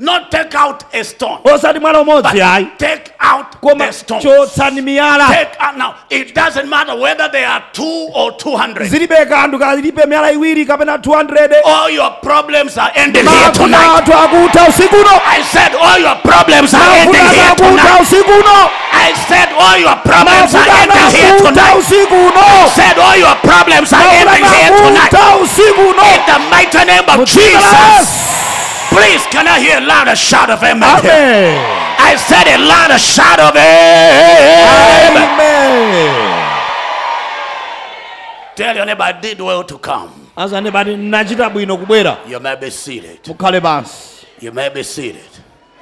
B: Not take out a stone,
A: osati mwala umodzi ayi
B: but take out
A: koma
B: the stone.
A: chotsani miyala
B: Take out now. It doesn't matter whether they are two or two hundred.
A: zilibe kanthu kalibe miyala iwiri kapena 200
B: All your problems are ending here
A: mafumu
B: Oh, tonight.
A: athu akutha usikuno
B: I said all your problems are
A: mafumu
B: ending here
A: akutha
B: tonight.
A: usikuno
B: I said all your problems are
A: Mafutana
B: ending here
A: kuta
B: tonight.
A: usiku uno.
B: Said all your problems are ending here
A: Mafutana
B: tonight.
A: kuta usiku uno.
B: In the mighty name of Jesus. Please, can I hear a louder shout of amen? here?
A: Amen.
B: I said a louder shout of amen.
A: Amen.
B: Tell your neighbor, I did well to come.
A: azani bati nachita bwino kubwera
B: You may be seated.
A: mukhale pansi
B: You may be seated.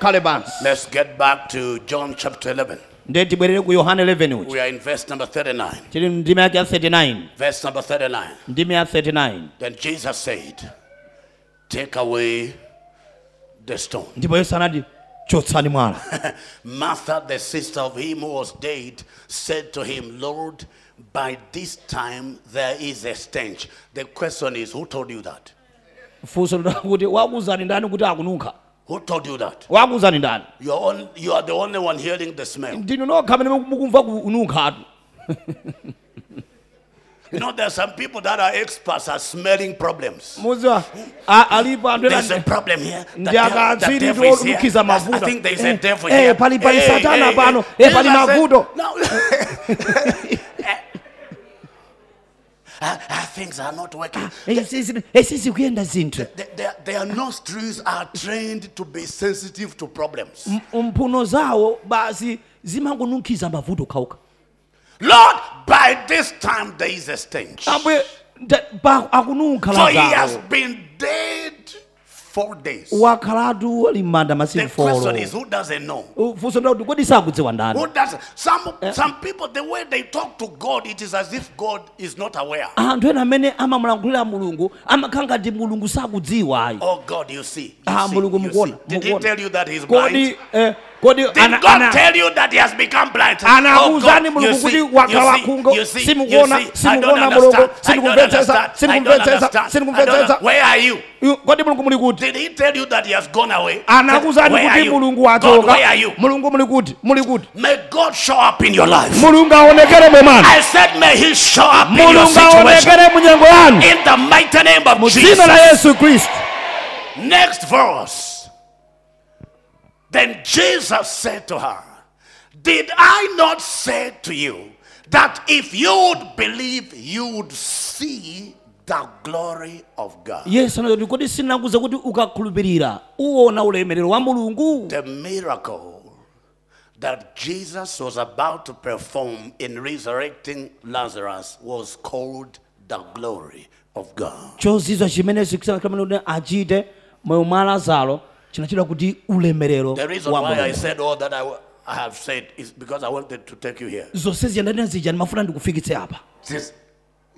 A: khale pansi
B: Let's get back to John chapter 11.
A: ndiye tibwerere ku yohane 11 uchi
B: We are in verse number 39.
A: tili ndime yake ya 39
B: Verse number 39.
A: ndime ya 39
B: Then Jesus said, Take away the stone.
A: ndipo yesu anati chotsani *laughs* mwala
B: Martha, the sister of him who was dead, said to him, Lord, by this time there is a stench. The question is, who told you that?
A: funso kuti wakuzani ndani kuti akununkha
B: Who told you that?
A: wakuzani ndani
B: You're on, you are the only one hearing the smell.
A: ndinu nokha pamene mukumva kununkhatu
B: You know, there are some people that are experts at smelling problems.
A: muziwa a- alipo anthu
B: There's a
A: ena
B: problem here. The
A: ndi
B: devil, the
A: akatsiri
B: devil
A: ndi
B: is here.
A: olukhiza
B: That's- I
A: mavuto
B: think there is a
A: Eh,
B: devil
A: eh,
B: here.
A: pali pali
B: Hey,
A: satana
B: hey,
A: pano
B: hey.
A: eh, pali
B: Jesus said-
A: mavuto *laughs*
B: No. Eh. Ah, ah, Things are not working.
A: esisi kuyenda zinthu
B: Th- Their, their nostrils are trained to be sensitive to problems.
A: mphuno zawo basi zimangonunkhiza mavuto khauka
B: Lord, by this time there is a stench. For
A: amwe nda- pa- akununkha
B: he has
A: lazawo
B: been dead four days.
A: wakhalatu ali m'manda
B: The
A: masiku
B: question is,
A: folo
B: who doesn't know?
A: funso ndakuti kodi sakudziwa ndani
B: Who does some some people the way they talk to God, it is as if God is not aware.
A: anthu ena amene amamulankhulira mulungu amakhala ngati mulungu sakudziwa ayi
B: Oh God, you see. You
A: Ah,
B: see,
A: mulungu
B: you
A: mukuona,
B: see. Did he
A: mukuona.
B: tell you that he's blind?
A: kodi eh, kodi
B: Did
A: ana-
B: God
A: ana-
B: tell you that he has become blind? Oh,
A: Anakuuzani mulungu
B: you
A: kuti
B: see,
A: wakhala
B: you see,
A: kungo,
B: you see,
A: simukuona,
B: you see,
A: simukuona
B: I don't
A: mulungu,
B: understand, I don't
A: sinikumvetsa,
B: understand,
A: sinikumvetsa,
B: I don't understand,
A: sinikumvetsa.
B: I don't- Where are you?
A: Iwo- kodi mulungu muli kuti
B: Did he tell you that he has gone away?
A: anakuuzani
B: Where are
A: kuti
B: you?
A: mulungu
B: God,
A: wachoka
B: where are you?
A: mulungu muli kuti muli kuti
B: May God show up in your life.
A: mulungu aonekere mwemana
B: I said, may he show up in your
A: mulungu
B: situation.
A: aonekere munyengo yanu
B: In the mighty name of
A: dzina la
B: Jesus.
A: yesu khristu
B: Next verse. Then Jesus said to her, Did I not say to you that if you would believe, you would see the glory of God?
A: yesu anati kodi sinakuza kuti ukakhulupirira uona ulemerero wa mulungu
B: The miracle that Jesus was about to perform in resurrecting Lazarus was called the glory of God.
A: chozizwa chimene yesu khristu anakhala kuti achite moyo mwa lazaro chinachita kuti ulemerero
B: The reason
A: wa
B: why I
A: mulungu
B: said all that I wa- I have said is because I wanted to take you here.
A: zonse ziyandanena zija ndimafuna ndikufikitse apa
B: Says,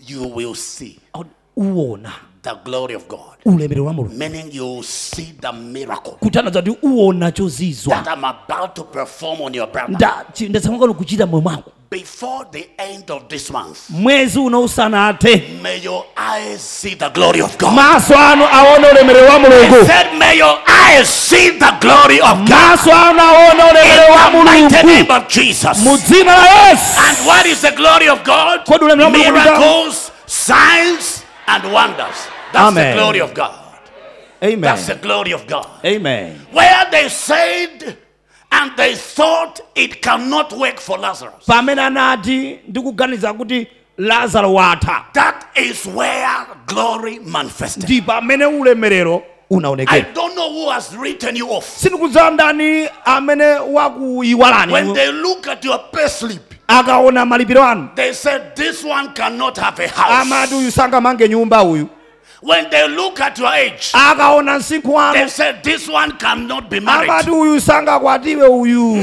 B: You will see.
A: Akuti uona
B: the glory of God.
A: ulemerero wa mulungu
B: Meaning you see the miracle
A: kuti anadza kuti uona chozizwa
B: that I'm about to perform on your brother.
A: Nda- chi- ndatsangana kuchita moyo mwako
B: Before the end of this month,
A: mwezi uno usanathe
B: may your eyes see the glory of God.
A: maso anu aone ulemerero wa
B: I
A: mulungu
B: said, may your eyes see the glory of God.
A: maso anu aone
B: In
A: ulemerero wa
B: the mighty name
A: mulungu
B: of Jesus.
A: mu dzina la yesu
B: And what is the glory of God?
A: Kwa dule mlamu kumjua.
B: Miracles, signs, and wonders. That's the
A: Amen.
B: glory of God.
A: amen
B: That's the glory of God.
A: amen
B: where they said and they thought it cannot work for Lazarus.
A: pamene anati ndikuganiza kuti lazaro watha
B: That is where glory manifested.
A: ndi pamene ulemerero
B: I
A: unaonekera
B: don't know who has written you off.
A: sindikudziwa ndani amene wakuyiwalani
B: When they look at your pay slip,
A: akaona malipiro anu
B: they said, This one cannot have a house.
A: amati uyu sangamange nyumba uyu
B: When they look at your age,
A: akaona msinkhu
B: they
A: wanu
B: said, This one cannot be married.
A: amati uyu sangakwatiwe uyu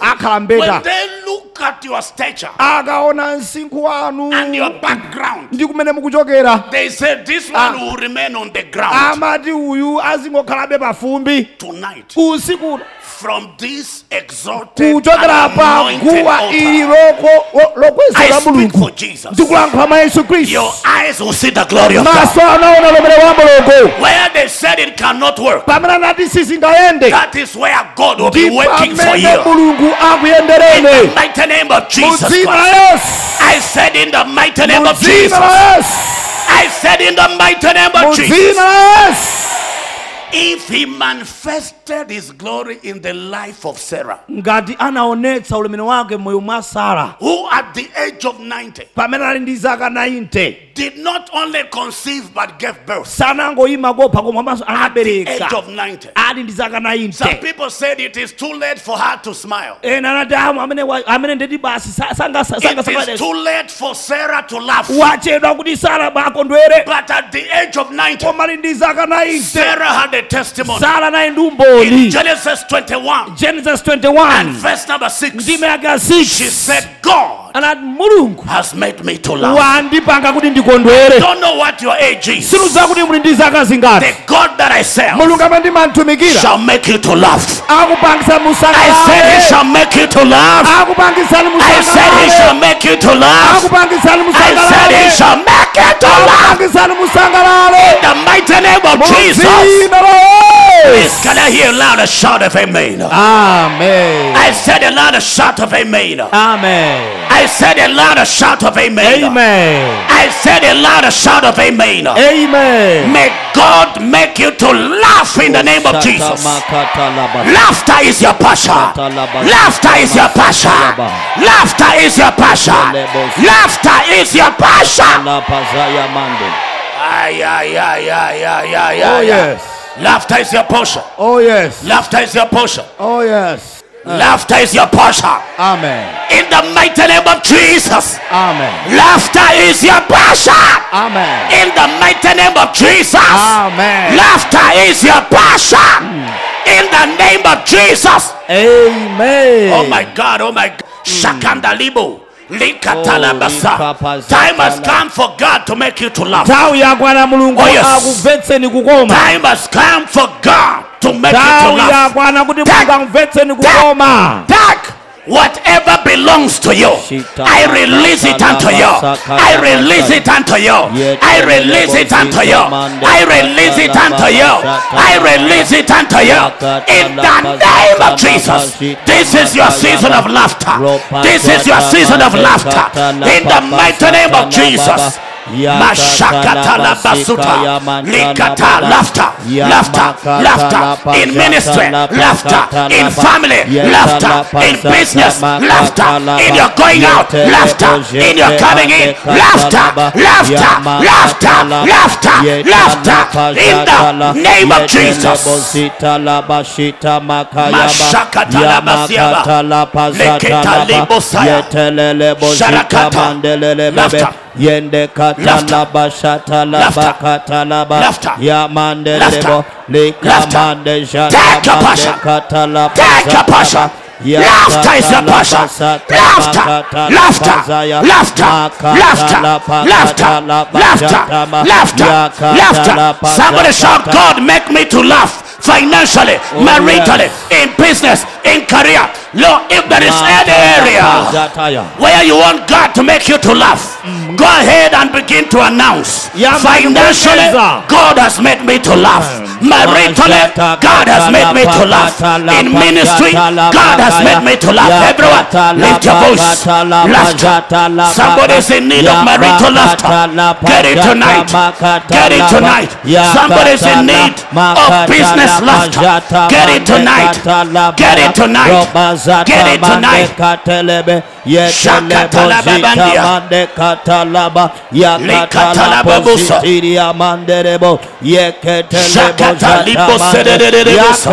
A: akhala
B: When
A: mbeta
B: they look at your stature
A: akaona msinkhu wanu
B: and your background,
A: ndi kumene mukuchokera
B: they said, This one will remain on the ground.
A: amati uyu azingokhalabe pafumbi
B: Tonight,
A: usiku
B: from this exalted and
A: kuchokera pa
B: anointed
A: guwa ili
B: altar,
A: loko- wo- lokweza
B: I
A: la
B: speak
A: mulungu
B: for Jesus.
A: ndikulankhula mwa yesu
B: Your
A: khristu
B: eyes will see the glory of God.
A: maso anaona lomere wa mulungu
B: Where they said it cannot work,
A: pamene anati sizingayende
B: that is where God will be
A: ndi
B: working for
A: pamene
B: you.
A: mulungu
B: In the
A: akuyenderene
B: mighty name of Jesus
A: mudzina la
B: Christ.
A: yesu
B: I said in the mighty name of
A: mudzina
B: Jesus.
A: la yesu
B: I said in the mighty name of Jesus.
A: mudzina la yesu
B: If he manifested his glory in the life of Sarah,
A: ngati anaonetsa ulemeno wake moyo mwa sara
B: who at the age of 90
A: pamene ali ndi zaka 90
B: did not only conceive but gave birth
A: sanangoyima kopha koma maso
B: at the age
A: anabereka
B: of 90,
A: ali ndi zaka
B: some
A: 90
B: people said it is too late for her to smile.
A: ena anati amu Eh, amene wa- amene ndeti basi sa- sanga sa- sanga
B: It is
A: sanga-
B: too late for Sarah to laugh.
A: wachedwa kuti sara bakondwere
B: But at the age of 90,
A: koma ali ndi zaka 90
B: Sarah had a testimony.
A: sara nayi ndi
B: In
A: umboni
B: Genesis 21
A: genesis
B: and
A: 21
B: verse number 6,
A: ndime yake ya
B: she
A: 6
B: said, God
A: anati mulungu
B: has made me to laugh.
A: wandipanga kuti ndikondwere
B: Don't know what your age is.
A: sinuza kuti muli ndi zaka
B: The
A: zingati
B: God that I serve
A: mulungu amene ndimantumikira
B: shall make you to laugh.
A: akupangisa
B: I said he
A: musangalale
B: shall make you to laugh.
A: akupangisani
B: I said he shall
A: musangalale
B: make you to laugh.
A: akupangisani
B: I said he
A: musangalale
B: shall make you to laugh.
A: akupangisani musangalale
B: In the mighty name of Jesus.
A: Muzina la
B: Please,
A: Yesu.
B: can I hear a louder shout of amen?
A: Amen.
B: I said a louder shout of amen.
A: Amen.
B: I said a louder shout of amen.
A: Amen.
B: I said a louder shout of amen.
A: Eh. Amen.
B: May God make you to laugh in the name of Jesus.
A: Shatamatatalabaha.
B: Laughter is your passion. Laughter is your passion. Laughter is your passion. Laughter is your passion.
A: Lapazaya mande.
B: Ay, ay, ay, ay, ay, ay, ay,
A: Oh,
B: ay.
A: yes.
B: Laughter is your portion.
A: Oh yes.
B: Laughter is your portion.
A: Oh yes.
B: Laughter is your portion.
A: Amen.
B: In the mighty name of Jesus.
A: Amen.
B: Laughter is your passion.
A: Amen.
B: In the mighty name of Jesus.
A: Amen.
B: Laughter is your passion. In the name of Jesus.
A: Amen.
B: Oh my God, oh my God. Shakandalibo. Likatalabasa.
A: likapazatala.
B: Time has come for God to make you to laugh.
A: Nthawi yakwana mulungu
B: Oh, yes.
A: akumvetseni kukoma.
B: Time has come for God to make you to
A: Nthawi
B: laugh.
A: yakwana kuti
B: Tap.
A: mulungu akumvetseni kukoma.
B: Take whatever belongs to you. I release it unto you. I release it unto you. I release it unto you. I release it unto you. I release it unto you. In the name of Jesus. This is your season of laughter. This is your season of laughter. In the mighty name of Jesus. Mashakata la basuta, likata laughter, laughter, laughter in ministry, laughter in family, laughter in business, laughter in your going out, laughter in your coming in, laughter, laughter, laughter, laughter, laughter in the name of Jesus. Laughter is the passion. Laughter, laughter, laughter, laughter, laughter, laughter, laughter, laughter. Somebody shout, God, make me to laugh financially, maritally, in business, in career. Lord, if there is any area where you want God to make you to laugh, go ahead and begin to announce.
A: Yeah,
B: Financially,
A: Mabuza.
B: God has made me to laugh. Maritally, God has made me to laugh. In ministry, God has made me to laugh. Everyone, lift your voice. Laughter. Somebody's in need of marital laughter. Get it tonight. Get it tonight. Somebody's in need of business laughter. Get it tonight. Get it tonight. Get it tonight.
A: katelebe yetelebozita
B: Shakatalababandia.
A: mande katalaba
B: Likatalababusa.
A: yakatalapositiria manderebo yeketelebozata
B: Shakataliposedededebusa. Laughter,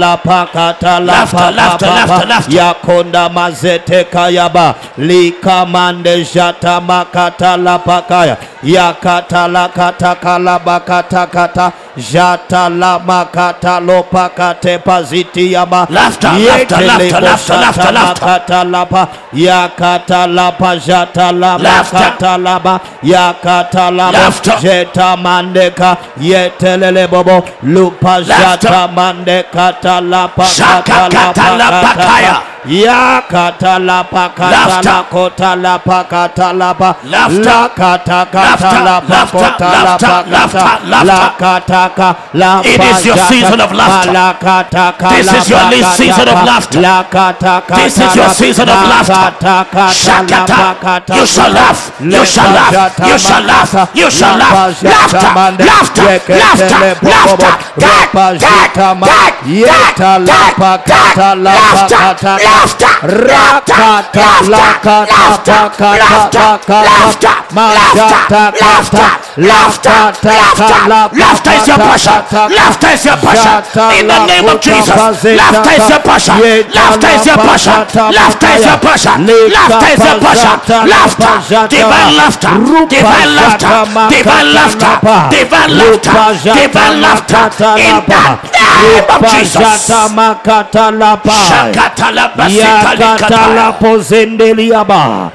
B: laughter, laughter,
A: yakatalapakatalapapapapa
B: laughter.
A: yakonda mazete kayaba likamande jata makatalapakaya yakatalakatakalabakatakata jatalamakatalopakatepazitiyaba
B: Laughter, laughter, laughter, laughter, laughter, laughter.
A: katalapa yakatalapa jatalapa
B: Laughter.
A: katalaba yakatalaba
B: Laughter.
A: jetamandeka yetelele bobo lupa
B: Laughter.
A: jatamande katalapa
B: Shaka katalapa kaya.
A: yakatalapa
B: Laughter.
A: katalakotalapa katalapa
B: Laughter.
A: lakatakatalapa
B: Laughter,
A: kotalapa
B: laughter, laughter,
A: kata
B: laughter.
A: lakataka lapa
B: It is your
A: jaka-
B: season of laughter.
A: malakataka
B: This is your least season of laughter. This is your season of laughter. Shakata. You shall laugh. You shall laugh. You shall laugh. You shall laugh. Laughter. Laughter. Laughter. Laughter. Take. Take. Take. Take. Take. Laughter. Laughter. Laughter. Laughter. Laughter. Laughter. Laughter. Laughter is your passion. Laughter is your passion. In the name of Jesus. Laughter is your passion. Laughter is your passion. Laughter is your passion. Laughter is your passion. Laughter. Divine laughter. Divine laughter. Divine laughter. Divine laughter. Divine laughter. In the name of Jesus.
A: Jesus.
B: Shakatalabasitalikataya.
A: yakatalapozendeliaba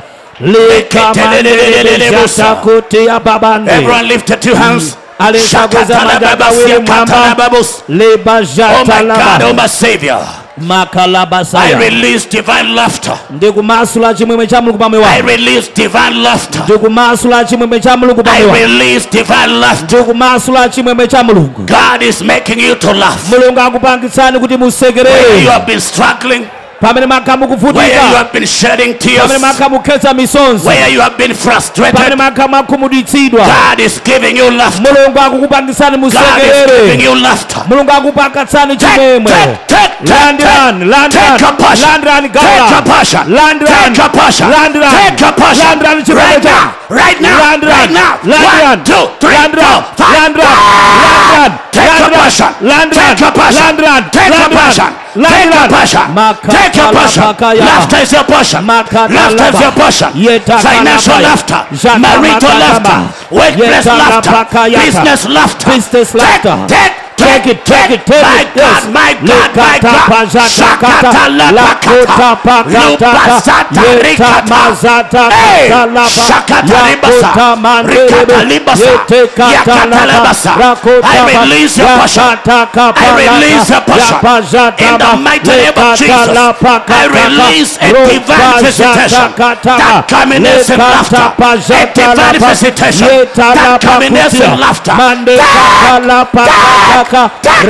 A: likamandelebesatakuteababande
B: Everyone lift your two hands.
A: alisakuza majaka wili mwamba
B: Shakatalababasiakatalababos. Oh my God, oh
A: lebajatalaba
B: my Savior. I
A: makalabasaya
B: release divine laughter.
A: ndikumasula chimwemwe cha mulungu pamwe
B: I
A: wanu
B: release divine laughter.
A: ndikumasula chimwemwe cha mulungu
B: I
A: pamwe wanu
B: release divine laughter.
A: ndikumasula chimwemwe cha mulungu
B: God is making you to laugh.
A: mulungu akupangitsani kuti
B: Where you
A: musekerere
B: have been struggling,
A: pamene makha
B: where you
A: mukuvutika
B: have been shedding
A: pamene
B: tears,
A: makha mukhetsa misonzi
B: where you have been
A: pamene
B: frustrated,
A: makha makhumuditsidwa
B: God is giving you laughter.
A: mulungu akukupangisani
B: God is giving
A: musekerere
B: you laughter.
A: mulungu akupangatsani
B: Take,
A: chimwemwe
B: take, take, take,
A: Landran, Landran,
B: take a passion.
A: Landran, Gala,
B: Take a passion.
A: Landran,
B: Take a passion.
A: Landran,
B: Take a passion.
A: Landran,
B: Right
A: Chibata.
B: now. Right now.
A: Landran,
B: Right now.
A: Landran,
B: One, two, three,
A: Landran,
B: four, five.
A: Landran,
B: Ah!
A: Landran,
B: Take a
A: Landran,
B: passion.
A: Landran,
B: Take a passion.
A: Landran,
B: Take a
A: Landran,
B: passion. Take a
A: Landran.
B: passion.
A: Maka-
B: Take a passion.
A: Talapakaya.
B: Laughter is your passion.
A: Maka-
B: Laughter is your
A: Talapa.
B: passion.
A: Yeta-
B: Financial
A: Talapaya.
B: laughter.
A: Jata-
B: Marital
A: Makatama.
B: laughter. Workplace
A: Yeta-
B: laughter.
A: Lapakayata.
B: Business laughter.
A: Business
B: Take-
A: laughter.
B: Take,
A: Take it, take it, take
B: my
A: it. Yes.
B: God, my God, my
A: Lekata
B: God.
A: pazata kata, lakota pakata ta,
B: Lupasata
A: yeta
B: rikata.
A: mazata
B: Hey!
A: kata lapa,
B: Shakata
A: yakota
B: libasa.
A: mandelebe,
B: Rikata libasa.
A: yete kata
B: Yakata
A: lapa,
B: libasa.
A: rakota
B: I
A: pa-
B: release your passion.
A: yakata kapa
B: I release
A: lata,
B: your passion.
A: yapazata
B: In the
A: ba,
B: mighty name of
A: lekata
B: Jesus,
A: lapa
B: I
A: kata ka,
B: release a
A: ropa
B: divine
A: zata
B: visitation
A: kata
B: that
A: ba,
B: culminates in
A: lekata
B: laughter.
A: pa
B: A
A: zata
B: divine
A: lapa,
B: visitation
A: yeta
B: that
A: lapa
B: culminates in
A: kutia,
B: laughter.
A: mande
B: That-
A: kata lapa kata ka,
B: Take now.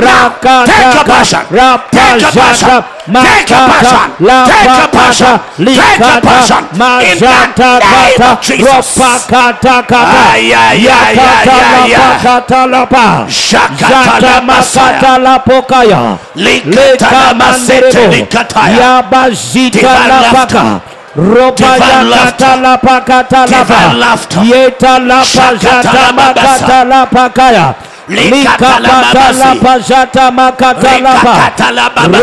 B: Take a passion. Take a passion. Take a passion. Take a passion. Take a passion. In the name of Jesus. Ay, ay, ay, ay, ay, ay. Shakatalabasaya.
A: Yakatalapokaya
B: Likatalamasete likataya. Divine
A: yabazitalapaka
B: laughter.
A: ropa
B: Divine laughter. Divine
A: yakatalapakatalapa
B: laughter.
A: yetalapazatamakatatalapakaya
B: Likatalamabasi.
A: likapatalapazatamakatalapa
B: Rikatalamabasa.
A: ropa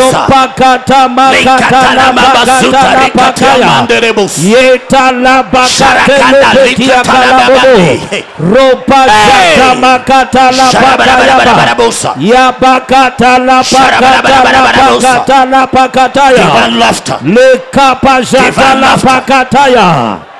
B: Likatalamabasuta
A: katamakatalapakalapakaya
B: rikatamanderebus.
A: yetalabakatelepekiakalabobo
B: Sharakadalikatalababandi.
A: ropa
B: Hey.
A: zatamakatalapakayapa
B: Sharabarabarabarabusa.
A: yabakatalapakatalapakatalapakataya
B: Divine laughter.
A: lekapazhatalapakataya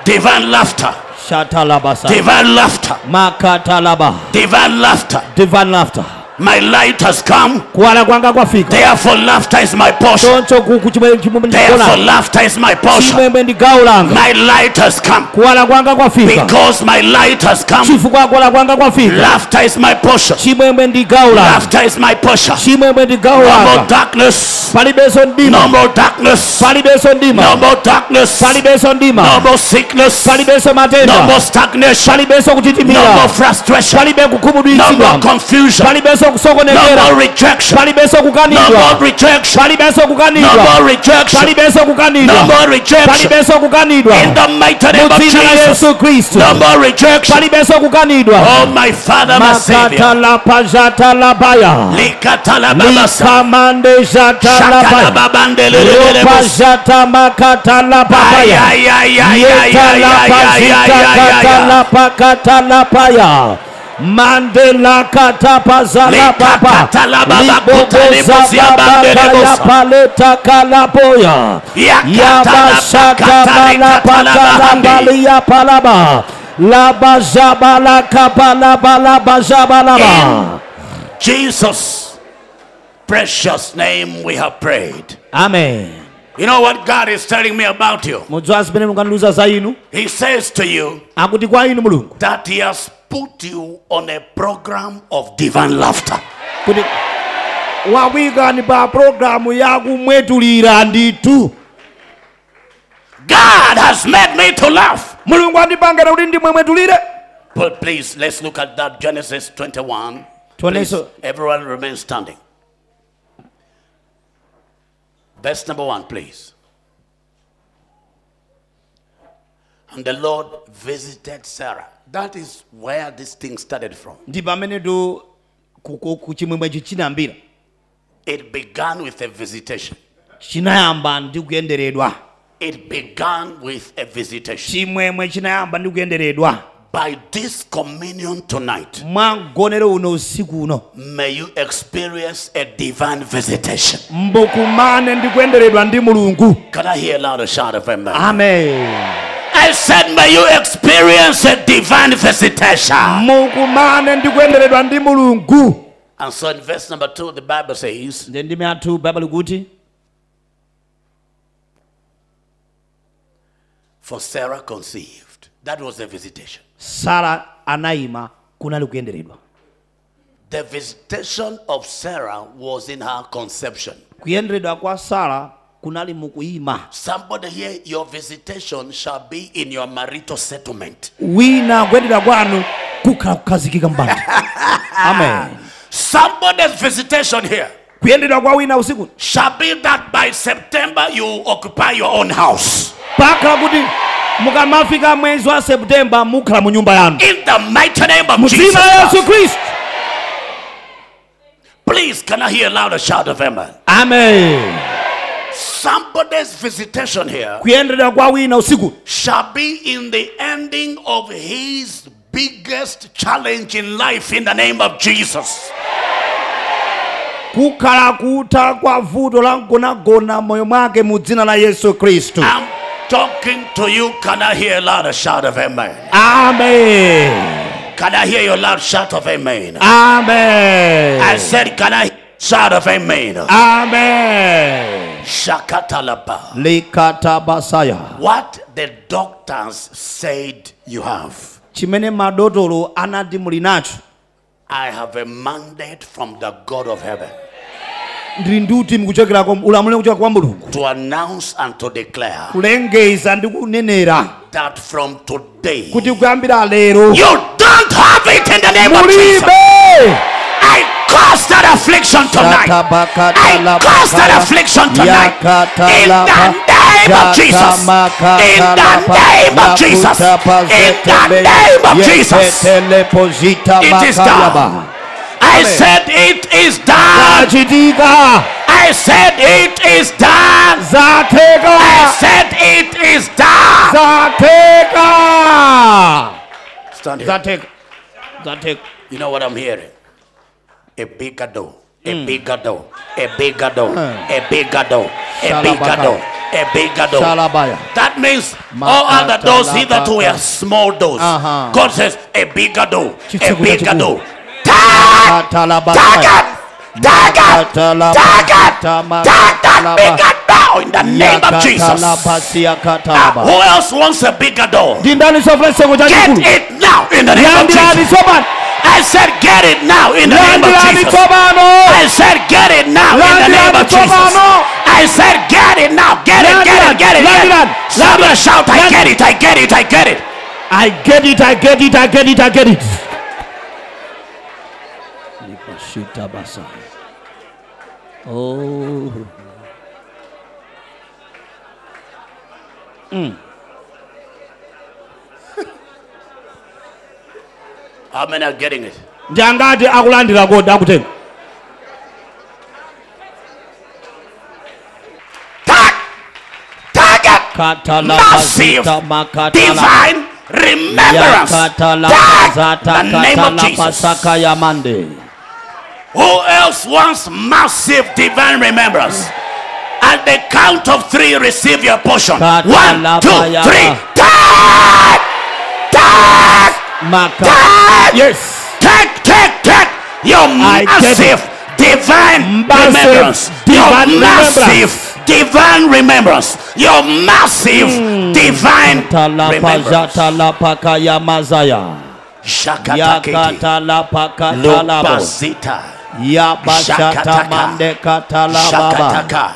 B: Divine laughter.
A: shatalabasa
B: Divine laughter.
A: makatalaba
B: Divine laughter.
A: divine laughter
B: My light has come.
A: kuwala kwanga kwafika
B: Therefore, laughter is my portion.
A: choncho kuku chimwe chimwe
B: Therefore,
A: ndikonako
B: laughter is my portion.
A: chimwemwe ndi gawo langa
B: My light has come.
A: kuwala kwanga kwafika
B: Because my light has come.
A: chifukwa kuwala kwanga kwafika
B: Laughter is my portion.
A: chimwemwe ndi gawo langa
B: Laughter is my portion.
A: chimwemwe ndi gawo
B: No more
A: langa
B: darkness.
A: palibenso
B: No
A: mdima
B: more darkness.
A: palibenso
B: No
A: mdima
B: more darkness.
A: palibenso
B: No
A: mdima
B: more sickness.
A: palibenso
B: No
A: matenda
B: more stagnation.
A: palibenso
B: No
A: kuchitimira
B: more frustration.
A: palibe
B: No more
A: kukhumudwitsidwa
B: confusion.
A: palibenso palibenso
B: No
A: kusokonekera
B: more rejection.
A: palibenso
B: No
A: kukanidwa
B: more rejection.
A: palibenso
B: No
A: kukanidwa
B: more rejection.
A: palibenso
B: No
A: kukanidwa
B: more rejection.
A: palibenso kukanidwa
B: In the mighty name
A: mu
B: of
A: dzina la
B: Jesus.
A: yesu khristu
B: No more rejection.
A: palibenso kukanidwa
B: Oh, my Father, my Savior.
A: makatalapazhatalabaya
B: Likatalababasa.
A: likamandezhatalabaya
B: Shakalababandelelelebus.
A: lopazhatamakatalapaaya
B: Ay, ay, ay, ay, ay, ay, ay, ay, ay, ay, ay.
A: yetalapazitakatalapakatalapaya mandela katapazalapapa libobozababatayapaletakalapoya yabashatabalapatalambaliapalaba labazabalakapalabalabazabalabalaba
B: Jesus' precious name we have prayed.
A: amen
B: You know what God is telling me about you?
A: mudziwa zimene mungandiwuza za inu
B: He says to you
A: akuti kwa inu mulungu
B: that He has put you on a program of divine laughter.
A: kuti wawikani pa programu yakumwetulira ndithu
B: God has made me to laugh.
A: mulungu andipangire kuti ndimwemwetulire
B: But please, let's look at that Genesis 21. Please,
A: tionenso
B: everyone remain standing. Verse number one, please. And the Lord visited Sarah. That is where this thing started from.
A: ndi pamenetu ku- ku- ku chimwemwechi chinambira
B: It began with a visitation.
A: chinayamba ndi kuyenderedwa
B: It began with a visitation.
A: chimwemwe chinayamba ndi kuyenderedwa
B: By this communion tonight,
A: mwa mgonero uno usiku uno
B: may you experience a divine visitation.
A: mbukumane ndi kuyenderedwa ndi mulungu
B: Can I hear a louder shout of amen?
A: amen
B: I said, may you experience a divine visitation.
A: mukumane ndi kuyenderedwa ndi mulungu
B: And so in verse number two, the Bible says,
A: nde ndime athu baibulo kuti
B: For Sarah conceived. That was the visitation.
A: sara anayima kunali kuyenderedwa
B: The visitation of Sarah was in her conception.
A: kuyenderedwa kwa sara kunali mukuyima
B: Somebody here, your visitation shall be in your marital settlement.
A: wina kuyenderedwa kwanu kukhala kukhazikika *laughs* mbanja amen
B: Somebody's visitation here
A: kuyenderedwa kwa wina usiku
B: shall be that by September you occupy your own house.
A: pakhala kuti mukamafika mwezi wa septemba mukhala mu nyumba yanu
B: In the mighty name of Jesus.
A: muzima yesu khristu
B: Please, can I hear a louder shout of amen?
A: amen
B: Somebody's visitation here
A: kuyenderedwa kwa wina usiku
B: shall be in the ending of his biggest challenge in life in the name of Jesus.
A: kukhala kutha kwa vuto la mgonagona moyo mwake mu dzina la yesu khristu
B: I'm talking to you. Can I hear a loud shout of amen?
A: amen
B: Can I hear your loud shout of amen? I
A: amen
B: said, Can I hear shout of amen?
A: amen
B: Shakatalapa.
A: likatabasaya
B: What the doctors said you have.
A: chimene madotolo anati muli nacho
B: I have a mandate from the God of heaven
A: ndili nduti mikuchokerako ulamulire kuchoka kwa mulungu
B: to announce and to declare
A: kulengeza ndi kunenera
B: that from today
A: kuti kuyambira lero
B: You don't have it in the name of Jesus.
A: mulibe
B: I curse that affliction tonight. I curse that affliction tonight. In the name of Jesus. In the name of Jesus. In the name of Jesus. It is done. I said it is done.
A: zachitika
B: I said it is done.
A: zatheka
B: I said it is done.
A: zatheka
B: Stand here.
A: zatheka zatheka
B: You know what I'm hearing? A bigger door. A bigger door. A bigger door. A bigger door. A bigger
A: Shalabaka.
B: door. A bigger door.
A: shalabaya
B: That means
A: Ma-
B: all other
A: ta-
B: doors
A: la-
B: hitherto
A: ba-
B: were
A: ta.
B: small doors.
A: Uh-huh.
B: God says a bigger door, a
A: Chikuku,
B: bigger
A: chikuku.
B: door. Tag, tag
A: katalabasaya
B: it, tag it,
A: Makatala-
B: tag it,
A: Makatama-
B: tag that
A: Katalaba.
B: bigger door in the name of Jesus.
A: yakatalabasiya
B: Ah,
A: katalaba
B: Who else wants a bigger door?
A: ndindani sofuna chisengo cha
B: Get
A: chikulu
B: it now in the name of
A: yandirani
B: Jesus.
A: tsopano
B: I said get it now in the name of
A: yandirani
B: Jesus.
A: tsopano
B: I said get it now in the name of
A: Landiran,
B: Jesus.
A: Tobano.
B: I said get it now, get it, get it, get it.
A: Landiran,
B: Get it. Somebody shout, I get it, I get it, I get it.
A: i get it i get it i get it i get it Shitabasa. Oh.
B: How many are getting it?
A: ndi angati akulandira kodi akutenga
B: Tag, target, massive,
A: katalakazitamakatala
B: divine remembrance. Tag, the name of Jesus.
A: yamande
B: Who else wants massive divine remembrance? At the count of three, receive your portion. One, two, three. Tag, tag,
A: Maka. Yes.
B: tag, tag, tag. Your
A: I get it.
B: massive divine
A: Massive
B: remembrance.
A: divine
B: Your
A: remembrance.
B: massive divine remembrance. Your massive
A: Hmm.
B: divine remembrance.
A: talapazatatalapakayamazaya
B: Shakataketi.
A: yakatalapakatalabo
B: Lopazita.
A: yabashatamande katalababa
B: Shakataka.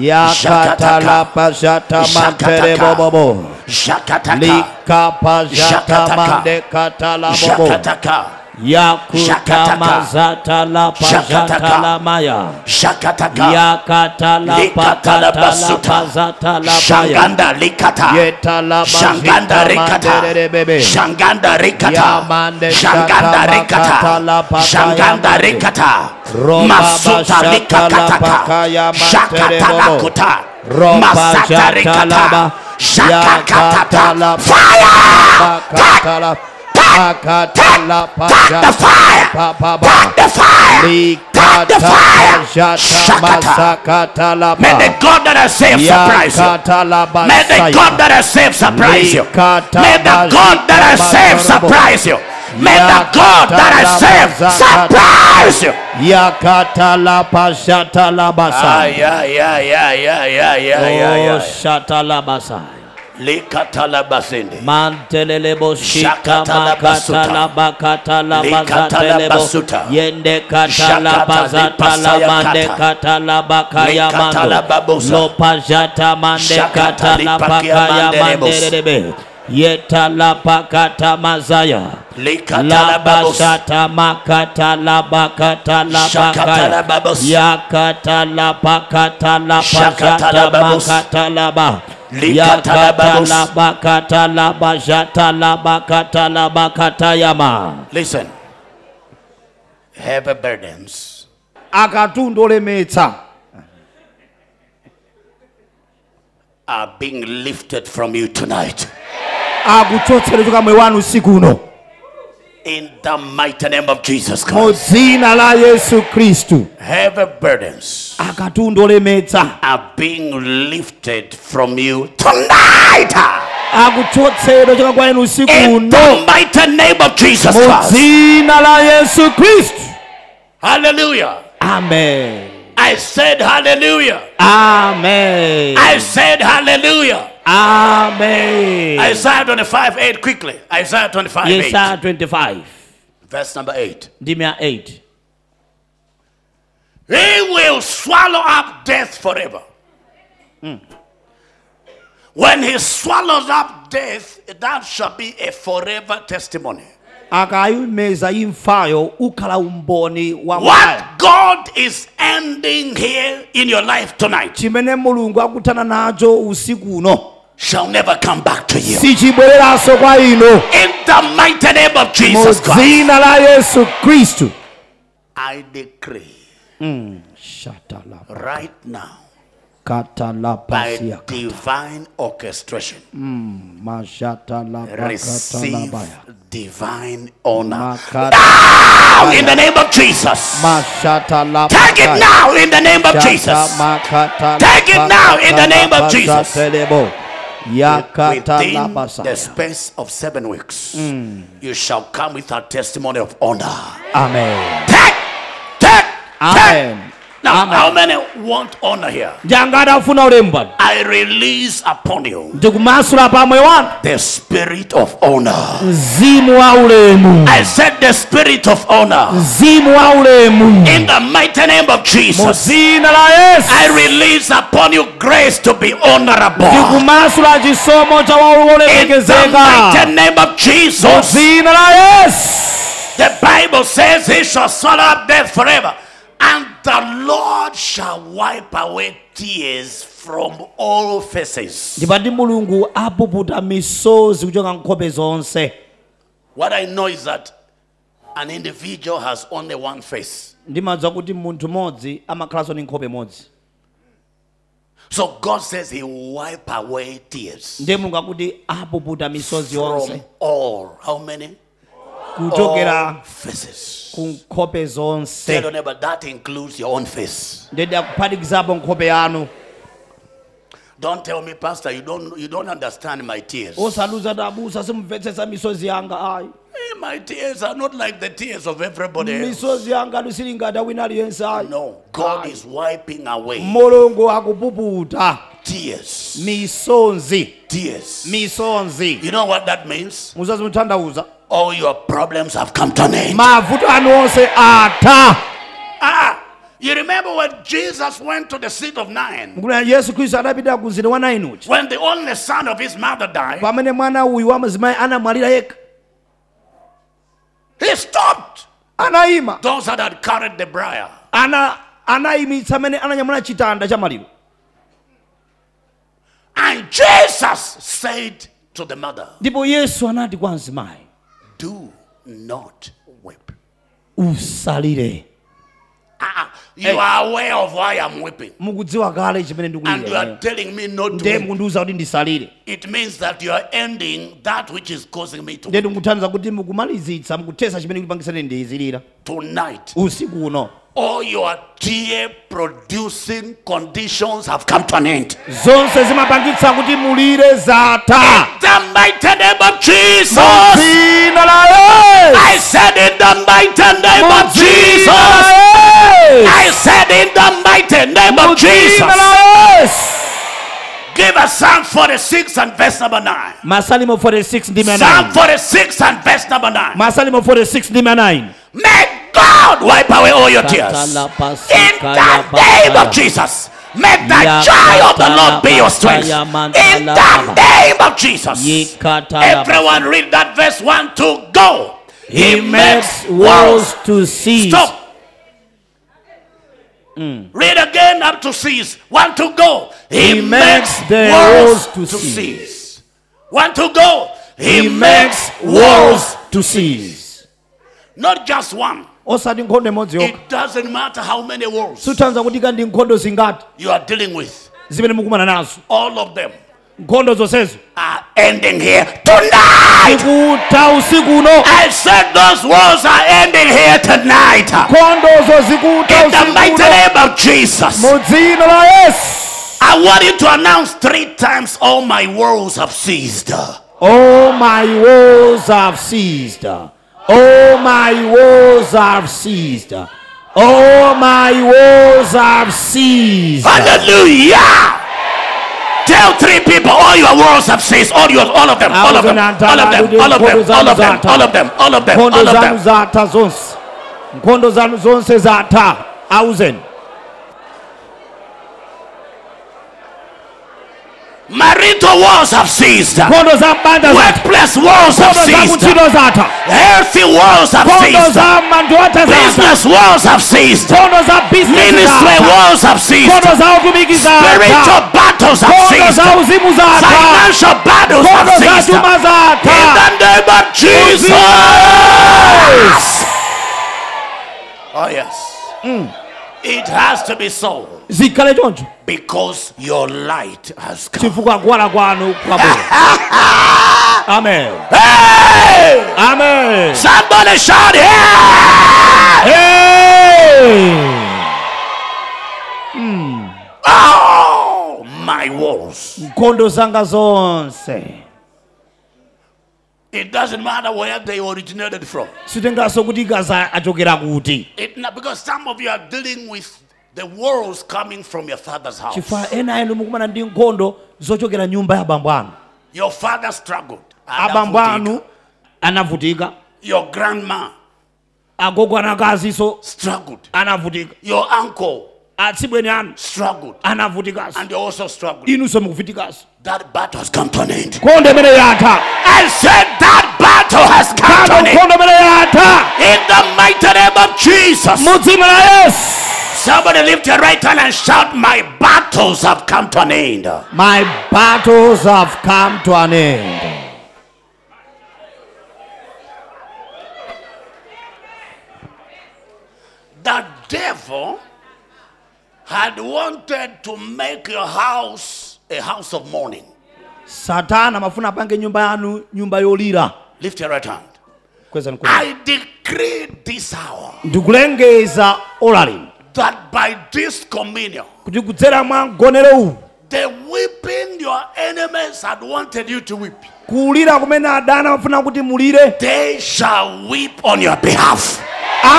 A: yakatalapazatamanterebobobo
B: Shakataka.
A: likapazatamande katalabobo
B: Shakataka.
A: yakutamazatalapazatamaya
B: Shakataka.
A: yakatalapakatalapazatalamaya
B: Shanganda likata. Shanganda rikata.
A: yetalabazitamanderebebe
B: Shanganda rikata.
A: Yamande
B: Shanganda
A: shata makata la
B: rikata.
A: papa
B: Shanganda
A: yamande.
B: rikata.
A: Roba
B: Masuta
A: bashata la paka
B: likakataka.
A: yamante
B: Shakata
A: rebobo.
B: lakuta.
A: Roba
B: Masata
A: shata
B: rikata.
A: laba yakata
B: Shakakatata.
A: la
B: Fire!
A: pakata la pakata la
B: Take the fire!
A: papa
B: Take the fire! Take the
A: likata
B: fire!
A: shata
B: Shakata.
A: masakata la
B: May the
A: ba
B: God that has saved surprise you.
A: yakata la
B: May the God that has saved surprise you. May the God that has saved surprise you. May the God that has saved surprise you.
A: yakata la pashata la basa
B: yeah, yeah, yeah, yeah, yeah, yeah,
A: Oh, shatalabasa.
B: Likatalabasindi.
A: Mantelelebo shika
B: Shakatalabasuta.
A: makatalaba katalaba zatelebo.
B: Likatalabasuta.
A: Yende katalaba
B: Shakatalipasaya
A: zatalaba de
B: kata.
A: katalaba kaya mando.
B: Likatalababosa.
A: Lopa jata mande katalaba
B: Shakatalipakia
A: kaya
B: mandelebos.
A: mandelebe. Yetalapa katamazaya.
B: Likatalababos.
A: Labashata makata labakata labakaya
B: Shakatalababos.
A: yakata labakata labashata
B: Shakatalababos.
A: makata laba yakata
B: Likatalababos.
A: labakata labashata labakata labakata yama
B: Listen. Heavy burdens.
A: akatundu olemetsa
B: are being lifted from you tonight.
A: akutsotseletuka moyo wanu usiku uno
B: In the mighty name of Jesus
A: mu
B: Christ.
A: dzina la yesu khristu
B: Heavy burdens
A: akatundu olemetsa
B: are being lifted from you tonight.
A: akutsotseletuka kwa inu usiku
B: In
A: uno
B: the mighty name of Jesus
A: mu
B: Christ.
A: dzina la yesu khristu
B: Hallelujah.
A: amen
B: I said hallelujah.
A: Amen.
B: I said hallelujah.
A: Amen.
B: Isaiah 25 8 quickly. Isaiah 25 8.
A: Yesaya 25
B: Verse number 8.
A: ndimi ya 8
B: He will swallow up death forever. Hmm. When he swallows up death, that shall be a forever testimony.
A: akayimeza imfayo ukhala umboni wa mwayi
B: What God is ending here in your life tonight
A: chimene mulungu akuthana nacho usiku uno
B: shall never come back to you.
A: sichibwereranso kwa inu
B: In the mighty name of
A: mu
B: Jesus Christ,
A: dzina la yesu khristu
B: I decree
A: Shatalapa-
B: right now by
A: katalapasia-
B: divine orchestration,
A: mashatalapa-
B: receive
A: katalabaya.
B: divine honor.
A: Makata-
B: Now, in the name of Jesus.
A: mashatalapa-
B: Take it now in the name of Jesus. Take
A: Take
B: it now in the name of Jesus. Within the
A: Yakatalabasa.
B: space of seven weeks, you shall come with a testimony of honor.
A: Hmm. Amen.
B: Take, take, take.
A: Amen.
B: Now,
A: Amen.
B: how many want honor here?
A: Janga dafuna ulemba.
B: I release upon you
A: Ndikumasula pa moyo wanu
B: the spirit of honor.
A: mzimu wa ulemu.
B: I said the spirit of
A: Hmm.
B: honor
A: Mzimu wa ulemu.
B: in the mighty name of
A: Mu
B: Jesus.
A: dzina la
B: I
A: Yesu.
B: release upon you grace to be honorable
A: Ndikumasula chisomo cha
B: in the
A: wawolemekezeka.
B: mighty name of
A: Mu
B: Jesus.
A: dzina la Yesu.
B: The Bible says he shall swallow up death forever. And the Lord shall wipe away tears from all faces.
A: ndipati mulungu apuputa misozi kuchoka nkhope zonse
B: What I know is that an individual has only one face.
A: ndimadza kuti munthu mmodzi amakhalanso ndi nkhope imodzi
B: So God says he will wipe away tears
A: ndiye mulungu akuti apuputa misozi
B: from
A: yonse
B: all. How many? All
A: kuchokera
B: faces.
A: ku nkhope
B: Tell
A: zonse
B: your neighbor that includes your own face.
A: ndede akuphatikizapo nkhope yanu
B: Don't tell me, Pastor, you don't you don't understand my tears.
A: osaluza ndi abusa simumvetsetsa misozi yanga ayi
B: Eh, my tears are not like the tears of everybody else.
A: misozi yanga lusilingati awina aliyense ayi
B: No, God is wiping away
A: mulungu akupuputa
B: tears.
A: misonzi
B: Tears.
A: misonzi
B: You know what that means?
A: muzazi mutanthauza
B: All your problems have come to an end.
A: mavuto anu onse atha
B: Ah, you remember when Jesus went to the seat of Nine,
A: mkulira yesu khristu adapita ku zida wa naini uja
B: when the only son of his mother died,
A: pamene mwana uyu wa mazimayi anamwalira yekha
B: he stopped
A: anayima
B: those that had carried the briar.
A: ana anayimitsa amene ananyamula chitanda cha maliro
B: And Jesus said to the mother,
A: ndipo yesu anati kwa mzimayi
B: Do not weep.
A: usalire
B: Ah, ah, you are aware of why I'm weeping.
A: mukudziwa kale chimene
B: And you are
A: ndikulire
B: telling me not to
A: ndiye
B: weep.
A: mukundiwuza kuti ndisalire
B: It means that you are ending that which is causing me to
A: ndiye
B: weep.
A: tikuthandiza kuti mukuthetsa mukuthetsa chimene kulipangisane ndiyizirira
B: Tonight,
A: usiku uno
B: all your tear producing conditions have come to an end.
A: zonse zimapangitsa kuti mulire zatha
B: Ah! The mighty name of Jesus.
A: dzina la yesu
B: I said in the mighty name
A: dzina la
B: of Jesus.
A: yesu
B: I said in the mighty name of Jesus. Give us Psalm 46 and verse number 9.
A: masalimo 46 ndi
B: Psalm
A: 9
B: 46 and verse number 9.
A: masalimo 46 ndi 9
B: May God wipe away all your tears.
C: Katala pasi,
B: In
C: kaya
B: the name
C: patala.
B: of Jesus. May the
C: Ya
B: joy of the Lord be your
C: katala
B: strength.
C: pasaya
B: In
C: mantala
B: the
C: baba.
B: name of Jesus.
C: Yikatalaba.
B: Everyone read that verse 1 2 go.
A: he makes wars to cease Mm.
B: Stop. Read again up to cease. One to go.
A: He
B: He, makes
A: makes the
B: wars
A: wars
B: to,
A: to
B: cease.
A: cease.
B: One to go. He,
A: he
B: makes
A: makes
B: wars.
A: wars to cease
B: Not just one.
A: osati nkhondo imodzi yokha
B: It doesn't matter how many wars
A: suthandiza kutika ndi nkhondo zingati
B: you are dealing with.
A: zimene mukumana nazo
B: All of them
A: nkhondo zonsezo
B: are ending here tonight.
A: ikutha usiku uno
B: I said those wars are ending here tonight.
A: nkhondozo zikutha
B: In the
A: usiku
B: mighty
A: uno
B: name of Jesus.
A: mu dzina la yesu
B: I want you to announce three times all my woes have ceased.
A: All Oh, my woes have ceased. All my woes have ceased. All my woes have ceased.
B: Hallelujah! Tell three people all your woes have ceased. All your, all of them, all of them, all of them, all of them, all of them, all of them, all of them,
A: Nkhondo
B: all of
A: zanu
B: them.
A: zatha zonse. Nkhondo zanu zonse zatha. Auzeni.
B: Marital woes have ceased.
A: Nkhondo za mbanda zatha.
B: Workplace woes have
A: Nkhondo za
B: ceased.
A: kuntchito zatha.
B: Healthy woes have
A: Nkhondo
B: ceased.
A: za mandiwatha zatha.
B: Business woes have ceased.
A: Nkhondo za business
B: Ministry
A: zatha.
B: woes have ceased.
A: Nkhondo za utumiki
B: Spiritual
A: zatha.
B: battles have
A: Nkhondo
B: ceased.
A: za uzimu zatha.
B: Financial battles have
A: Nkhondo za
B: ceased.
A: chuma
B: In
A: zatha.
B: the name of Jesus. Oh, yes. It has to be so
A: zikhale choncho
B: because your light has come.
A: chifukwa kuwala kwanu kwabwera amen
B: Hey!
A: amen
B: Somebody shout, yeah!
A: Hey!
B: Oh, my walls.
A: nkhondo zanga zonse
B: It doesn't matter where they originated from.
A: sitengaso kuti ikaza achokera kuti
B: It, no, because some of you are dealing with the walls coming from your father's house.
A: chifukwa
D: eh.
A: ena enu mukumana ndi nkhondo zochokera nyumba ya abambo anu
B: Your father struggled.
A: abambo anu anavutika
B: Your grandma
A: agogo anakaziso
B: struggled.
A: anavutika
B: Your uncle
A: atsibweni anu
B: struggled.
A: anavutikaso
B: And you also struggled.
A: inunso mukuvutikaso
B: That battle has come to an end.
A: nkhondo imene yatha
B: I said that battle has come
D: kana
B: on it.
D: nkhondo mene yatha
B: In the mighty name of Jesus.
D: mu dzina la yesu
B: Somebody lift your right hand and shout, My battles have come to an end.
D: my battles have come to an end
B: The devil had wanted to make your house a house of mourning.
D: satana amafuna apange nyumba yanu nyumba yolira
B: Lift your right hand.
D: kweza mkono
B: I decree this hour
D: ndikulengeza olali
B: that by this communion,
D: kuti kudzera mwa mgonero uwu
B: the weeping your enemies had wanted you to weep,
D: kulira kumene adani amafuna kuti mulire
B: they shall weep on your behalf.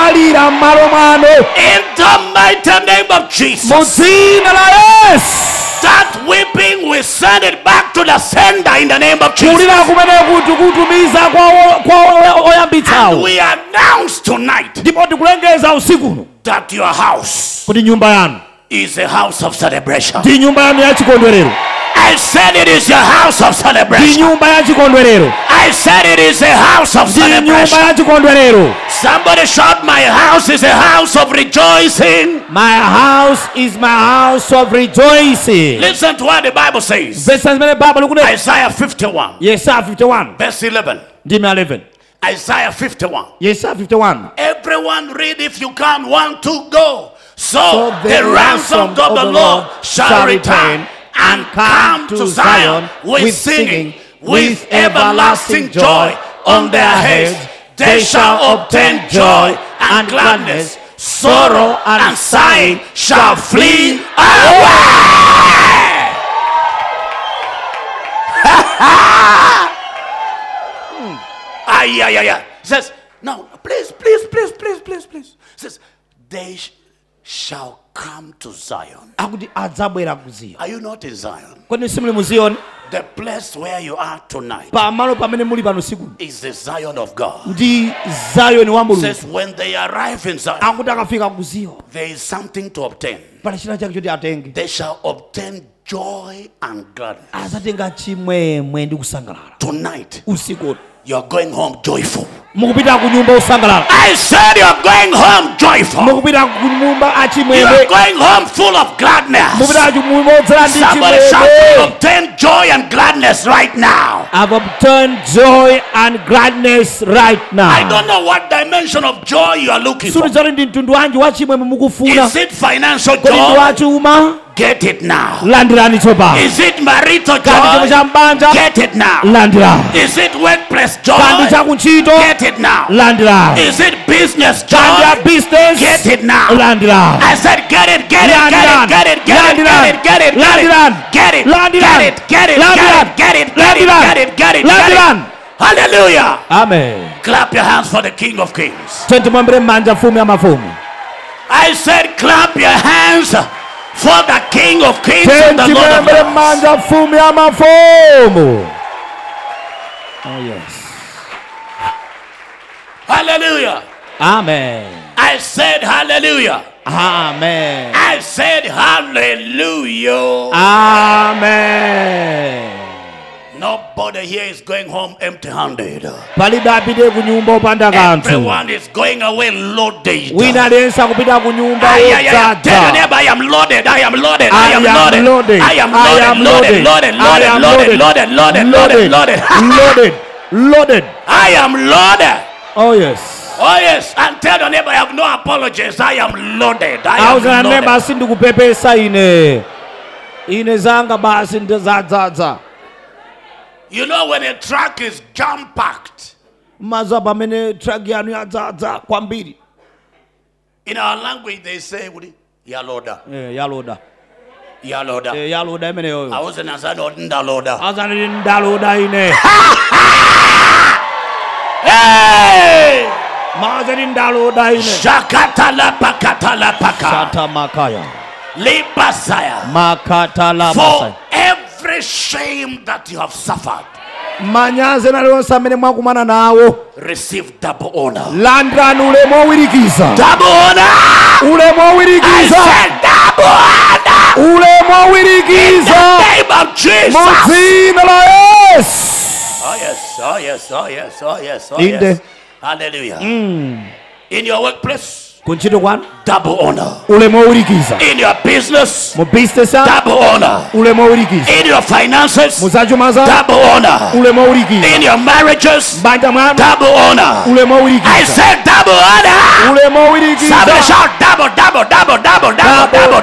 D: alira m'malo mwanu
B: In the mighty name of
D: mu
B: Jesus,
D: dzina la yesu
B: that weeping we send it back to the sender in the name of Jesus.
D: kulira kumene kuti kutumiza kwa o- kwa o-
B: And
D: oyambitsawo
B: we announce tonight
D: ndipo tikulengeza usikuno
B: that your house
D: kuti nyumba yanu
B: is a house of celebration.
D: ndi nyumba yanu ya chikondwerero
B: I said it is your house of
D: ndi
B: celebration.
D: nyumba ya chikondwerero
B: I said it is a house of
D: ndi nyumba
B: celebration.
D: ya chikondwerero
B: Somebody shout, My house is a house of rejoicing.
D: my house is my house of rejoicing
B: Listen to what the Bible says
D: verse zimene baba likunena
B: Isaiah 51,
D: yesaya 51
B: verse 11.
D: ndi ma 11
B: Isaiah 51.
D: yesaya 51
B: Everyone read if you can. One, two, go. So,
D: So
B: the ransomed of the Lord shall return and come to Zion with singing, with everlasting joy on their heads. They shall obtain joy and gladness. Sorrow and sighing shall flee away. *laughs* Ay, ay, ay, ay. Says, no, please, please, please, please, please, please. Says, they sh- shall come to Zion.
D: akuti adzabwera ku ziyoni
B: Are you not in Zion?
D: kodi simuli mu ziyoni
B: The place where you are tonight
D: pamalo pamene muli pano sikuno
B: is the Zion of God.
D: ndi zayoni wa mulungu
B: Says, when they arrive in Zion,
D: akuti akafika ku ziyoni
B: there is something to obtain.
D: pali china chake choti atenge
B: They shall obtain joy and gladness.
D: azatenga chimwemwe ndi kusangalala
B: Tonight,
D: usiku uno
B: you are going home joyful.
D: mukupita ku nyumba usangalala
B: I said, you are going home joyful.
D: mukupita ku nyumba
B: You are
D: achimwemwe
B: going home full of gladness.
D: mukupita ku nyumba odzera ndi
B: Somebody shout, "You
D: chimwemwe
B: obtain joy and gladness right now.
D: I've obtained joy and gladness right
B: I
D: now
B: don't know what dimension of joy you are looking for.
D: suludzati ndi mtundu wanji wa chimwemwe mukufuna
B: Is it financial
D: kodi ndi
B: joy?
D: wachuma
B: Get it now.
D: landirani tsopano
B: Is it marital
D: kandi chomwe cha
B: joy?
D: mbanja
B: Get it now.
D: landirani
B: Is it workplace
D: kandi
B: joy?
D: cha kuntchito
B: Get it now.
D: landirani
B: Is it business
D: kandi
B: joy?
D: ya
B: Get
D: business
B: it now.
D: landirani
B: I said, get it, get it, get it, get it, get it, get it, get it, get it, get it, get it, get it, get it, get it, get it, get it, get it. Hallelujah.
D: amen
B: Clap your hands for the King of Kings.
D: twentimwambire m'manja mfumu ya mafumu
B: I said, clap your hands for the King of Kings and the Lord of
D: tentimwembere
B: Lords.
D: m'manja mfumu ya mafumu oh yes
B: Hallelujah.
D: amen
B: I said, hallelujah.
D: amen
B: I said, hallelujah.
D: amen
B: Nobody here is going home empty handed.
D: palibe apite ku nyumba opanda kanthu
B: Everyone is going away loaded.
D: wina aliyense kupita ku nyumba
B: Ay, ay, ay. Tell your
D: yodzadza
B: neighbor, I am loaded. I am loaded. I
D: I
B: am
D: am
B: loaded.
D: loaded.
B: I am
D: I am
B: loaded. Loaded.
D: loaded.
B: Loaded.
D: I am
B: Loaded.
D: loaded.
B: Loaded. Loaded. Loaded.
D: Mm.
B: Loaded.
D: loaded loaded
B: I am loaded.
D: oh yes
B: Oh yes, and tell your neighbor I have no apologies. I am loaded. I am
D: auzana ne
B: loaded.
D: basi ndikupepesa ine ine zanga basi ndizadzadza
B: You know when a truck is jam packed
D: mazo pamene truck yanu yadzadza kwambiri
B: in our language they say "Udi, yaloda,
D: eh, yaloda
B: yaloda.
D: eh, yaloda
B: I
D: imeneyoyo
B: was in Azano ndaloda.
D: auzana ndi ndaloda ine
B: Hey!
D: mazo ndi ndaloda ine
B: Shakata la pakata la paka.
D: Shata makaya
B: Libasaya.
D: makata
B: For
D: labasa
B: every shame that you have suffered,
D: manyazi ena lonse amene mwakumana nawo
B: receive double honor.
D: landirani ulemu owirikiza
B: Double honor!
D: ulemu
B: I
D: owirikiza
B: said double honor!
D: ulemu owirikiza
B: In the name of Jesus!
D: mu dzina la yesu
B: Oh, yes. Oh, yes. Oh, yes. Oh, yes. Oh,
A: In
B: yes.
A: the-
B: Hallelujah. In your workplace,
A: kuntchito kwanu
B: double honor.
A: ulemu owirikiza
B: In your business,
A: mu business
B: double honor.
A: ulemu owirikiza
B: In
A: mu
B: your finances,
A: zachuma za
B: double honor.
A: ulemu owirikiza
B: In your marriages,
A: m'banja mwanu
B: double honor.
A: ulemu
B: I
A: owirikiza
B: said double honor.
A: ulemu owirikiza
B: Somebody shout double, double, double, double, double, double,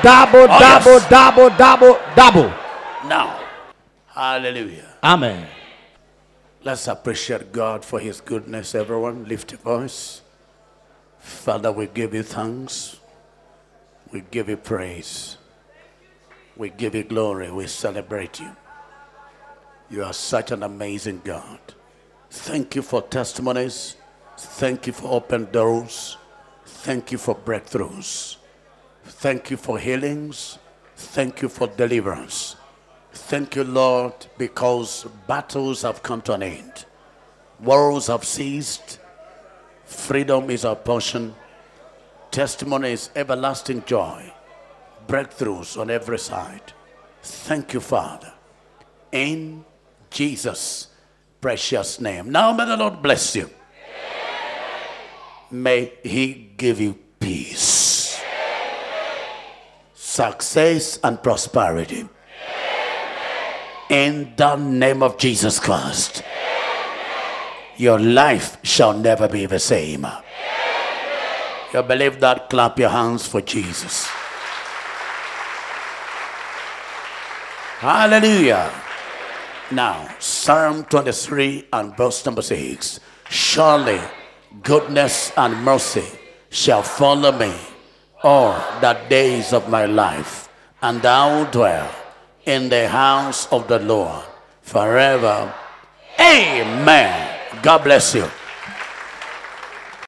A: double,
B: double, double, double. Oh,
A: double,
B: yes.
A: double, double, double.
B: Now, hallelujah.
A: Amen.
B: Let's appreciate God for His goodness, everyone. Lift your voice. Father, we give you thanks. We give you praise. We give you glory. We celebrate you. You are such an amazing God. Thank you for testimonies. Thank you for open doors. Thank you for breakthroughs. Thank you for healings. Thank you for deliverance. Thank you, Lord, because battles have come to an end, wars have ceased, freedom is our portion, testimony is everlasting joy, breakthroughs on every side. Thank you, Father, in Jesus' precious name. Now may the Lord bless you. May He give you peace, success, and prosperity. In the name of Jesus Christ, your life shall never be the same. You believe that? Clap your hands for Jesus. Hallelujah. Now, Psalm 23 and verse number 6. Surely goodness and mercy shall follow me all the days of my life, and I will dwell in the house of the Lord forever. Amen. God bless you.